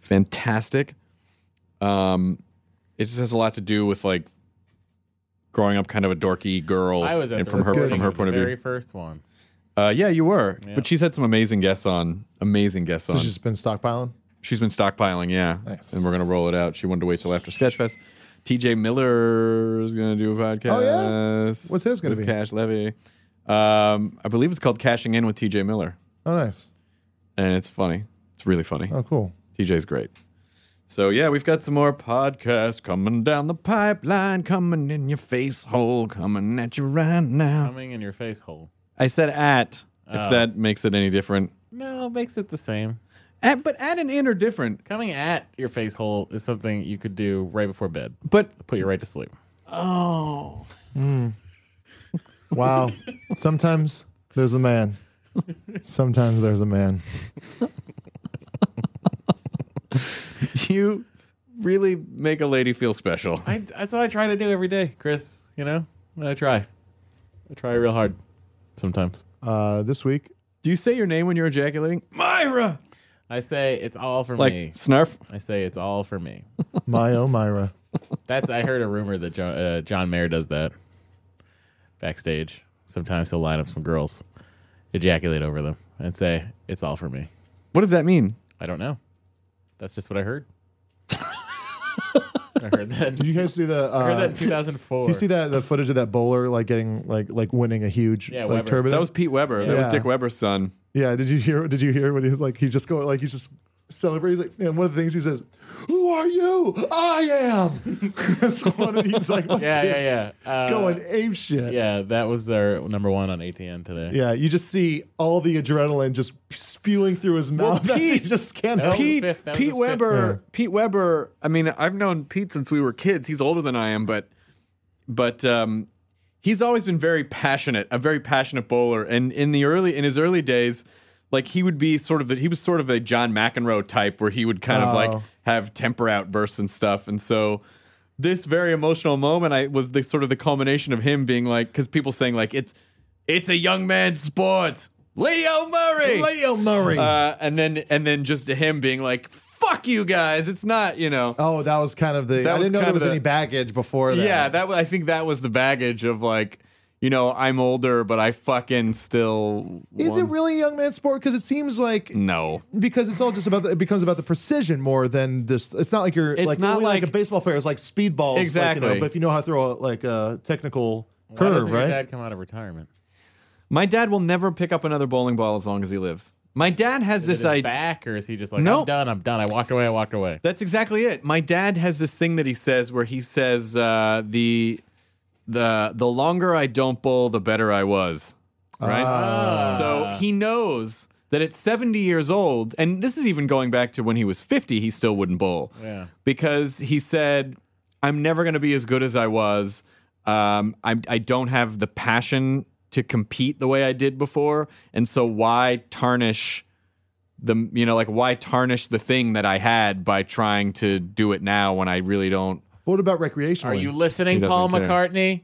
S1: fantastic. Um, it just has a lot to do with like growing up kind of a dorky girl
S3: I was at
S1: and
S3: the
S1: from her
S4: recording
S1: from her
S3: of
S1: point
S3: the
S1: of
S3: very
S1: view.
S3: first one.
S1: Uh, yeah, you were.
S3: Yeah.
S1: But she's had some amazing guests on. Amazing guests on.
S4: She's just been stockpiling.
S1: She's been stockpiling, yeah.
S4: Nice.
S1: And we're gonna roll it out. She wanted to wait till after Sketchfest. TJ Miller is gonna do a podcast.
S4: Oh, yeah? What's his gonna
S1: with
S4: be?
S1: Cash Levy. Um, I believe it's called Cashing In with TJ Miller,
S4: Oh, nice.
S1: and it's funny. It's really funny. *laughs*
S4: Oh, cool.
S1: TJ's great. So yeah, we've got some more podcasts coming down the pipeline, coming in your face hole, coming at you right now.
S3: Coming in your face hole.
S1: I said at, if
S3: Oh.
S1: that makes it any different.
S3: No, it makes it the same.
S1: At, but at and in are different.
S3: Coming at your face hole is something you could do right before bed.
S1: But
S3: Put you right to sleep.
S1: oh,
S4: Wow. Sometimes there's a man. Sometimes there's a man.
S1: *laughs* you really make a lady feel special.
S3: I, that's what I try to do every day, Chris. You know, I try. I try real hard sometimes.
S4: Uh, this week,
S1: Do you say your name when you're ejaculating? Myra.
S3: I say it's all for
S1: Like
S3: me.
S1: snarf.
S3: I say it's all for me.
S4: my oh Myra.
S3: That's I heard a rumor that John, uh, John Mayer does that backstage. Sometimes he'll line up some girls, ejaculate over them, and say it's all for me.
S1: What does that mean?
S3: I don't know. That's just what I heard. *laughs* I heard that.
S4: Did you guys see the?
S3: I heard
S4: Uh,
S3: that in
S4: did
S3: 2004.
S4: *laughs* you see that the footage of that bowler like getting like like winning a huge
S3: Yeah,
S4: like
S3: Weber.
S4: turbulence?
S1: That was Pete Weber. That was
S4: Yeah.
S1: Dick Weber's son.
S4: Yeah, did you hear? Did you hear what he's like? He just go like he's just celebrating. He's like, and one of the things he says, "Who are you? I am." *laughs* That's one of
S1: *laughs*
S4: he's like
S3: Yeah, yeah, yeah. Uh,
S4: *laughs* going ape shit.
S3: Yeah, that was their number one on ATN today.
S4: Yeah, you just see all the adrenaline just spewing through his mouth. *laughs* as he
S1: Pete-
S4: just can't help.
S1: Pete,
S3: fifth. That was
S1: Pete
S3: his
S1: Weber. Pete Weber. I mean, I've known Pete since we were kids. He's older than I am, but but um, he's always been very passionate, a very passionate bowler. And in the early in his early days, like he would be sort of the, he was sort of a John McEnroe type, where he would kind of like
S4: Oh.
S1: have temper outbursts and stuff. And so this very emotional moment, I was the sort of the culmination of him being like, because people saying like it's it's a young man's sport. Leo Murray.
S4: Leo Murray.
S1: Uh, and then and then just him being like, "Fuck you guys," it's not you know.
S4: oh, that was kind of the.
S1: that
S4: I
S1: was
S4: didn't know
S1: kind
S4: there
S1: of
S4: was
S1: the-
S4: any baggage before that.
S1: yeah, that wa- I think that was the baggage of like, you know, I'm older, but I fucking still.
S4: Is it
S1: won.
S4: really a young man sport? Because it seems like
S1: No.
S4: because it's all just about the, it becomes about the precision more than this. It's not like you're
S1: It's
S4: like
S1: not
S4: only like,
S1: like-
S4: a baseball player is like speedballs, like, you
S1: Exactly.
S4: know, but if you know how to throw a, like a technical
S3: Why
S4: curve,
S3: doesn't your
S4: right?
S3: dad come out of retirement?
S1: My dad will never pick up another bowling ball as long as he lives. My dad has
S3: Is
S1: this
S3: it his
S1: idea.
S3: back, or is he just like, I'm
S1: Nope.
S3: done, I'm done. I walked away, I walked away.
S1: That's exactly it. My dad has this thing that he says where he says uh, the the the longer I don't bowl, the better I was. Right. so he knows that at 70 years old, and this is even going back to when he was 50, he still wouldn't bowl.
S3: Yeah.
S1: Because he said, "I'm never going to be as good as I was. Um, I, I don't have the passion to compete the way I did before, and so why tarnish?" the you know like why tarnish the thing that I had by trying to do it now when I really don't
S4: What about recreationally?
S3: Are you
S1: He
S3: listening,
S1: doesn't
S3: Paul
S1: care.
S3: McCartney?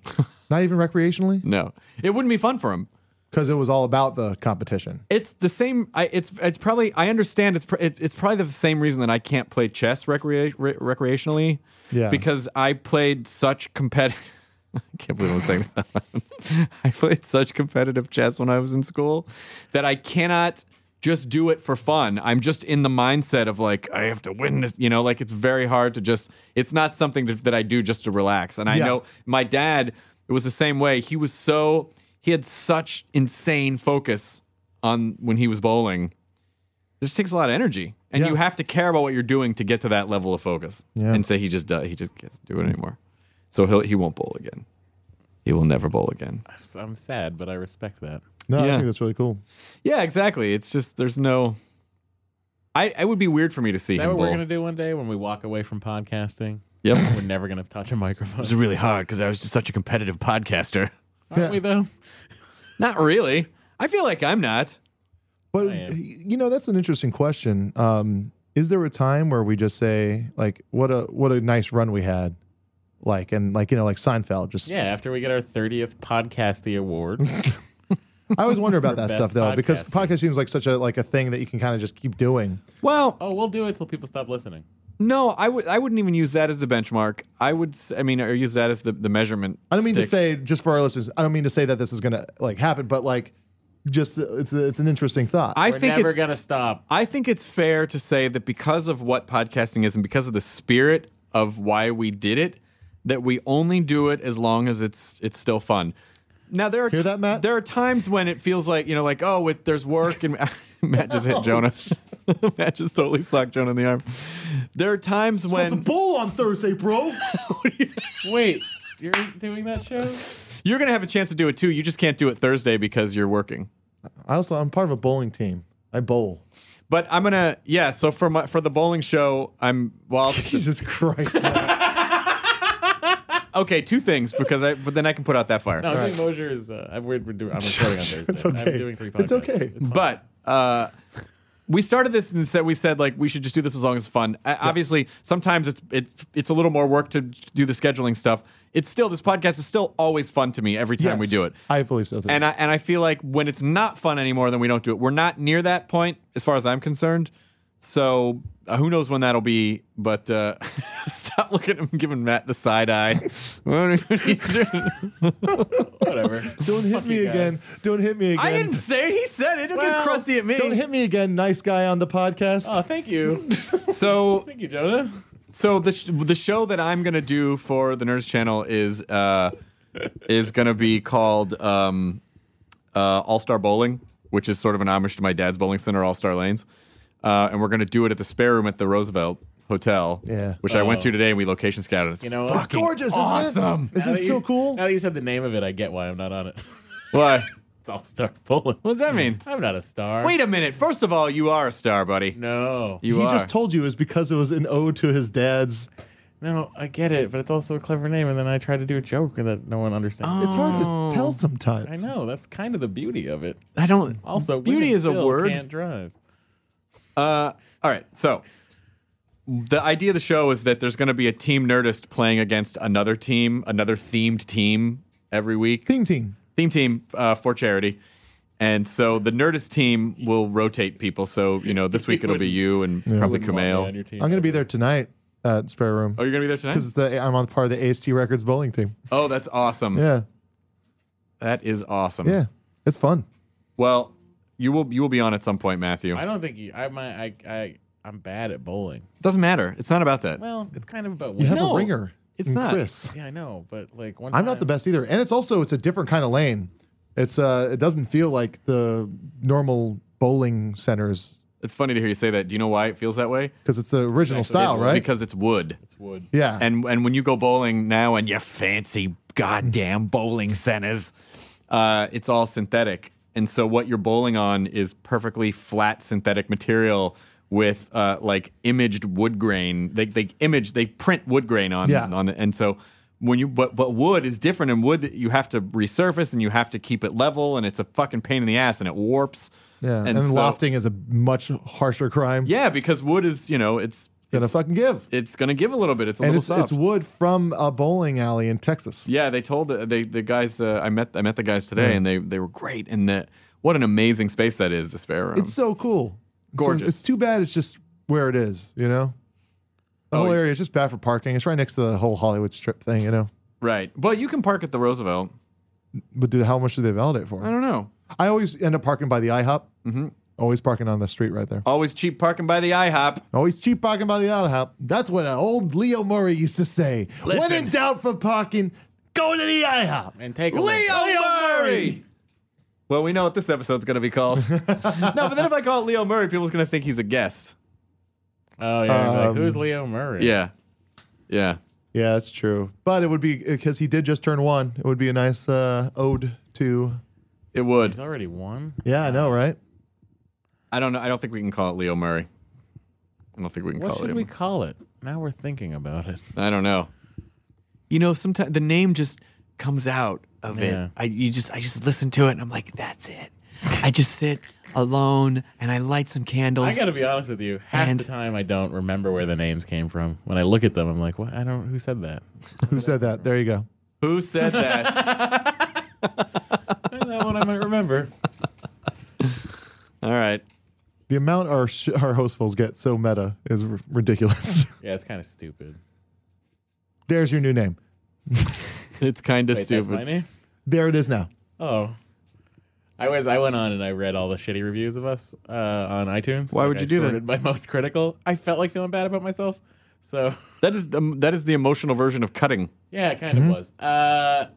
S4: not even recreationally?
S1: know. It wouldn't be fun for him.
S4: Because it was all about the competition.
S1: It's the same. I, it's it's probably I understand. It's pr- it, it's probably the same reason that I can't play chess recrea- re- recreationally.
S4: Yeah.
S1: Because I played such competitive. *laughs* I can't believe I'm saying that. *laughs* I played such competitive chess when I was in school that I cannot just do it for fun. I'm just in the mindset of like I have to win this. You know, like it's very hard to just. It's not something that that I do just to relax. And I
S4: Yeah.
S1: know my dad. It was the same way. He was so he had such insane focus on when he was bowling. This takes a lot of energy, and
S4: Yeah.
S1: you have to care about what you're doing to get to that level of focus.
S4: Yeah.
S1: And say he just does, he just can't do it anymore. So he'll he won't bowl again. He will never bowl again.
S3: *laughs* I'm sad, but I respect that.
S4: No, I
S1: Yeah.
S4: think that's really cool.
S1: Yeah, exactly. It's just there's no. I it would be weird for me to see
S3: Is that
S1: him
S3: what
S1: bowl.
S3: we're gonna do one day when we walk away from podcasting?
S1: Yep. *laughs*
S3: We're never gonna touch a
S4: *laughs*
S3: microphone.
S1: It was really hard because I was just such a competitive podcaster.
S3: Aren't we though?
S1: Not really. I feel like I'm not.
S4: But
S3: I am.
S4: you know, that's an interesting question. Um, is there a time where we just say like, "What a what a nice run we had," like and like you know, like Seinfeld, just *laughs*
S3: Yeah, after we get *laughs* our thirtieth podcasty award.
S4: I always wonder about that
S3: best
S4: stuff though, because
S3: podcasting.
S4: podcast seems like such a like a thing that you can kind of just keep doing.
S1: Well,
S3: Oh, we'll do it till people stop listening.
S1: no, I would. I wouldn't even use that as the benchmark. I would. s- I mean, or use that as the, the measurement.
S4: I don't mean to
S1: stick.
S4: say just for our listeners. I don't mean to say that this is gonna like happen, but like, just uh, it's it's an interesting thought.
S1: I
S3: We're
S1: think
S3: never
S1: it's,
S3: gonna stop.
S1: I think it's fair to say that because of what podcasting is and because of the spirit of why we did it, that we only do it as long as it's it's still fun. Now there are
S4: Hear that, Matt?
S1: There are times when it feels like you know, like oh, it, there's work, and *laughs* Matt just
S4: Oh,
S1: hit Jonah. *laughs* Matt just totally socked Jonah in the arm. There are times when
S4: bowl on Thursday, bro. *laughs*
S3: Wait, you're doing that show?
S1: you're gonna have a chance to do it too. You just can't do it Thursday because you're working.
S4: I also I'm part of a bowling team. I bowl.
S1: But I'm gonna yeah. So for my for the bowling show, I'm well. I'll just
S4: Jesus Christ!
S1: Okay, two things because I but then I can put out that fire.
S3: No, I think Mosher is. Uh, I'm- we're, we're doing.
S4: *laughs*
S3: I'm recording on Thursday.
S4: it's okay.
S3: I'm doing three podcasts.
S4: it's okay.
S1: but uh, we started this and said we said like we should just do this as long as it's fun. I, Obviously, sometimes it's it, it's a little more work to do the scheduling stuff. It's still this podcast is still always fun to me every time we
S4: Yes,
S1: do it.
S4: I believe so. Too.
S1: And I and I feel like when it's not fun anymore, then we don't do it. We're not near that point as far as I'm concerned. So uh, who knows when that'll be? But uh, *laughs* stop looking at him, giving Matt the side eye. *laughs*
S4: *laughs*
S3: Whatever.
S4: don't hit me
S3: you guys.
S4: again. Don't hit me again.
S1: I didn't say it. He said it. Don't get
S3: Well,
S1: crusty at me.
S4: Don't hit me again, nice guy on the podcast.
S3: Oh, thank you.
S1: *laughs* So
S3: thank you, Jonah.
S1: So the sh- the show that I'm gonna do for the Nerds Channel is uh is gonna be called um uh All Star Bowling, which is sort of an homage to my dad's bowling center, All Star Lanes, uh, and we're gonna do it at the spare room at the Roosevelt Hotel,
S4: Yeah.
S1: which I went
S3: Oh.
S1: to today and we location scouted. It's
S3: You know,
S4: it's
S3: fucking-
S4: gorgeous.
S1: awesome.
S4: Isn't it? Isn't
S3: now
S4: it
S3: that
S4: so
S3: you-
S4: cool?
S3: Now that you said the name of it, I get why I'm not on it. *laughs*
S1: why?
S3: It's all star bowling.
S1: What does that mean?
S3: *laughs* I'm not a star.
S1: Wait a minute. First of all, you are a star, buddy.
S3: No.
S1: You
S4: he
S1: are.
S4: just told you is because it was an ode to his dad's.
S3: No, I get it, but it's also a clever name, and then I tried to do a joke that no one understands.
S4: It's hard to tell sometimes.
S3: I know. That's kind of the beauty of it.
S1: I don't.
S3: Also,
S1: beauty
S3: women
S1: is a
S3: still
S1: word.
S3: Can't drive.
S1: Uh, all right. So the idea of the show is that there's going to be a team Nerdist playing against another team, another themed team every week.
S4: Theme team.
S1: Theme team uh, for charity. And so the Nerdist team will rotate people. So, you know,
S3: *laughs*
S1: this week it'll be you and probably
S3: Wouldn't want me on
S1: Kumail.
S3: your team.
S4: I'm gonna be there tonight at spare room
S1: Oh, you're going to be there tonight?
S4: because I'm on part of the AST Records bowling team.
S1: Oh, that's awesome.
S4: Yeah,
S1: That is awesome.
S4: yeah, it's fun.
S1: Well, you will you will be on at some point, Matthew.
S3: I don't think you. I might. I. I. I'm bad at bowling.
S1: Doesn't matter. It's not about that.
S3: Well, it's kind of about.
S4: You have
S3: winning.
S1: No,
S4: a ringer.
S1: it's
S4: in
S1: not.
S4: Chris.
S3: Yeah, I know, but like one.
S4: I'm not the
S3: time-
S4: best either, and it's also it's a different kind of lane. It's uh, it doesn't feel like the normal bowling centers
S1: It's funny to hear you say that. Do you know why it feels that way?
S4: because it's the original style,
S1: It's
S4: right?
S1: Because it's wood.
S3: It's wood.
S4: yeah,
S1: and and when you go bowling now and you fancy goddamn bowling centers, uh, it's all synthetic. And so what you're bowling on is perfectly flat synthetic material with uh, like imaged wood grain. They they image they print wood grain on
S4: Yeah.
S1: on it. And so when you but but wood is different and wood you have to resurface and you have to keep it level and it's a fucking pain in the ass and it warps.
S4: yeah, and,
S1: so-
S4: lofting is a much harsher crime
S1: Yeah, because wood is, you know, it's
S4: than a
S1: it's,
S4: fucking give.
S1: it's gonna give a little bit. It's a
S4: And
S1: little
S4: it's,
S1: soft.
S4: it's wood from a bowling alley in Texas.
S1: Yeah, they told the they, the guys. Uh, I met I met the guys today,
S3: Hmm.
S1: and they they were great. And the what an amazing space that is, the spare room.
S4: It's so cool. So
S1: Gorgeous.
S4: it's too bad it's just where it is, you know? The
S1: Oh,
S4: whole
S1: yeah.
S4: area is just bad for parking. It's right next to the whole Hollywood strip thing, you know?
S1: right, but you can park at the Roosevelt.
S4: But do, how much do they validate
S1: I
S4: for?
S1: don't know.
S4: I always end up parking by the IHOP. Mm-hmm. Always parking on the street right there.
S1: Always cheap parking by the IHOP.
S4: Always cheap parking by the IHOP. That's what an old Leo Murray used to say. When
S1: Listen.
S4: in doubt for parking, go to the IHOP.
S3: And take a
S1: Leo,
S3: lick.
S1: Murray. Well, we know what this episode's going to be
S3: *laughs*
S1: called. no, but then if I call it Leo Murray, people's going to think he's a guest.
S3: Oh yeah. he's
S4: Um,
S3: like, Who's Leo Murray?
S1: Yeah, yeah.
S4: Yeah, that's true. But it would be because he did just turn one. It would be a nice uh, ode to.
S1: It would.
S3: He's already won.
S4: Yeah, I know, right? *laughs*
S1: I don't know. I don't think we can call it Leo Murray. I don't think we can
S3: What
S1: call it.
S3: should
S1: Leo
S3: we
S1: Murray.
S3: call it? Now we're thinking about it.
S1: I don't know. You know, sometimes the name just comes out of
S3: Yeah.
S1: it. I you just I just listen to it and I'm like, that's it. I just sit alone and I light some candles.
S3: I got to be honest with you. Half
S1: And-
S3: the time, I don't remember where the names came from. When I look at them, I'm like, "What? I don't. Who said that? *laughs*
S4: Who said that? There you go.
S1: Who said that?
S3: that one thought I
S1: *laughs*
S3: might remember.
S1: All right.
S4: The amount our sh- our hostfuls get so meta is r- ridiculous.
S3: Yeah, it's kind of stupid.
S4: There's your new name.
S1: It's kind of
S3: Wait,
S1: stupid.
S3: that's my name?
S4: There it is now.
S3: Oh. I was I went on and I read all the shitty reviews of us uh, on iTunes.
S1: Why
S3: Like,
S1: would you
S3: I
S1: do that?
S3: sorted By *laughs* most critical, I felt like feeling bad about myself. So *laughs*
S1: That is the that is the emotional version of cutting.
S3: yeah, it
S1: Mm-hmm.
S3: kind of was. Uh,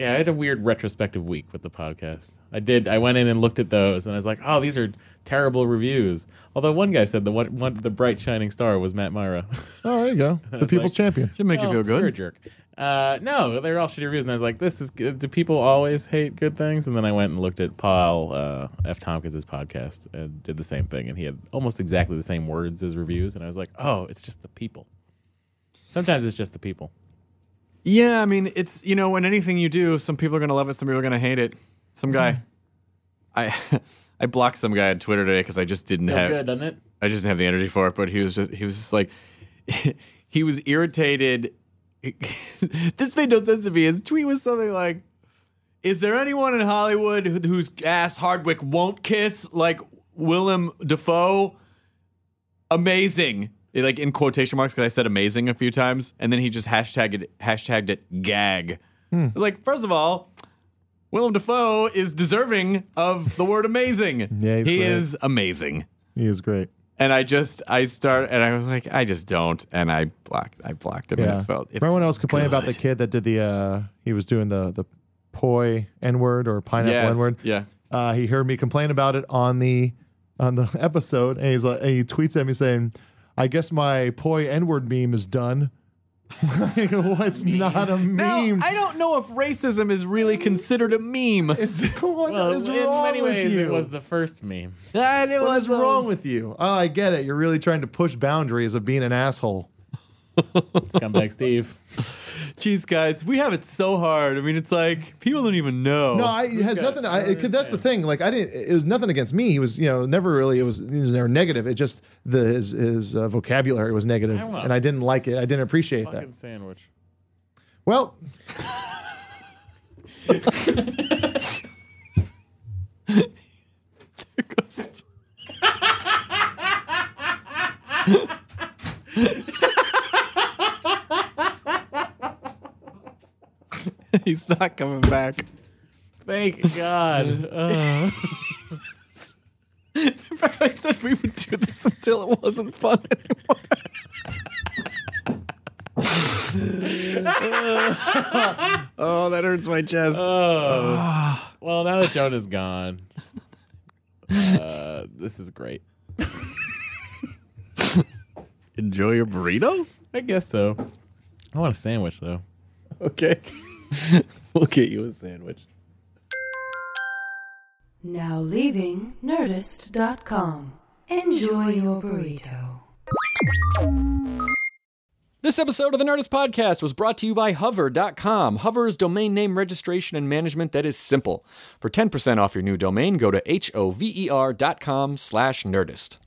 S3: yeah, I had a weird retrospective week with the podcast. I did. I went in and looked at those, and I was like, "Oh, these are terrible reviews." Although one guy said the one, one the bright shining star was Matt *laughs* Myra.
S4: Oh, there you go. The people's
S3: like-
S4: champion.
S1: Should make
S3: Oh,
S1: you feel
S3: You're a
S1: good.
S3: jerk. Uh, no, they were all shitty reviews, and I was like, "This is good. do people always hate good things?" And then I went and looked at Paul uh, F. Tompkins' podcast and did the same thing, and he had almost exactly the same words as reviews, and I was like, "Oh, it's just the people." Sometimes it's just the people.
S1: Yeah, I mean, it's you know, in anything you do, some people are gonna love it, some people are gonna hate it. Some guy, I, *laughs* I blocked some guy on Twitter today because I just didn't
S3: Mm-hmm. Feels
S1: have
S3: good, doesn't it?
S1: I just didn't have the energy for it. But he was just he was just like, *laughs* he was irritated. *laughs* this made no sense to me. His tweet was something like, "Is there anyone in Hollywood who, whose ass Hardwick won't kiss like Willem Dafoe?" Amazing. Like in quotation marks, because I said amazing a few times, and then he just hashtagged it, hashtagged it gag.
S4: Hmm.
S1: I was like, first of all, Willem Dafoe is deserving of the word amazing.
S4: *laughs* Yeah, he's
S1: he
S4: great.
S1: is amazing
S4: He is great.
S1: and I just I start and I was like I just don't and I blocked I blocked him and
S4: Yeah.
S1: it felt it
S4: Remember when I was complaining about the
S1: good.
S4: kid that did the uh he was doing the the poi n word or pineapple
S1: Yes,
S4: n word.
S1: yeah
S4: Uh, he heard me complain about it on the on the *laughs* episode, and he's like, and he tweets at me saying, "I guess my poi n word meme is done." *laughs* like, what's not a meme?
S1: Now, I don't know if racism is really considered a meme.
S4: it's, *laughs* what
S3: Well,
S4: is
S3: in
S4: wrong
S3: many
S4: with
S3: ways,
S4: you?
S3: it was the first meme.
S1: And it
S4: what
S1: was
S4: is wrong with you? Oh, I get it. You're really trying to push boundaries of being an asshole.
S3: Scumbag Steve.
S1: Jeez, guys, we have it so hard. I mean, it's like people don't even know.
S4: No, I, it has
S1: Oh, got-
S4: nothing. I, it, that's the thing. Like I didn't. It was nothing against me. He was, you know, never really. It was, it was never negative. It just the his, his uh, vocabulary was negative,
S3: I will.
S4: and I didn't like it. I didn't appreciate that.
S3: Fucking sandwich.
S4: Well,
S1: *laughs* he's not coming back. *laughs*
S3: Thank God. Uh,
S1: Remember I said we would do this until it wasn't fun anymore. oh, that hurts my chest.
S3: uh, well, now that Jonah's gone, uh, this is great.
S1: Enjoy your burrito.
S3: I guess so. I want a sandwich though.
S1: Okay. *laughs* we'll get you a sandwich.
S2: Now leaving Nerdist.com. Enjoy your burrito.
S7: This episode of the Nerdist Podcast was brought to you by Hover.com. Hover's domain name registration and management that is E simple. For 10% off your new domain, go to H-O-V-E-R dot com slash Nerdist.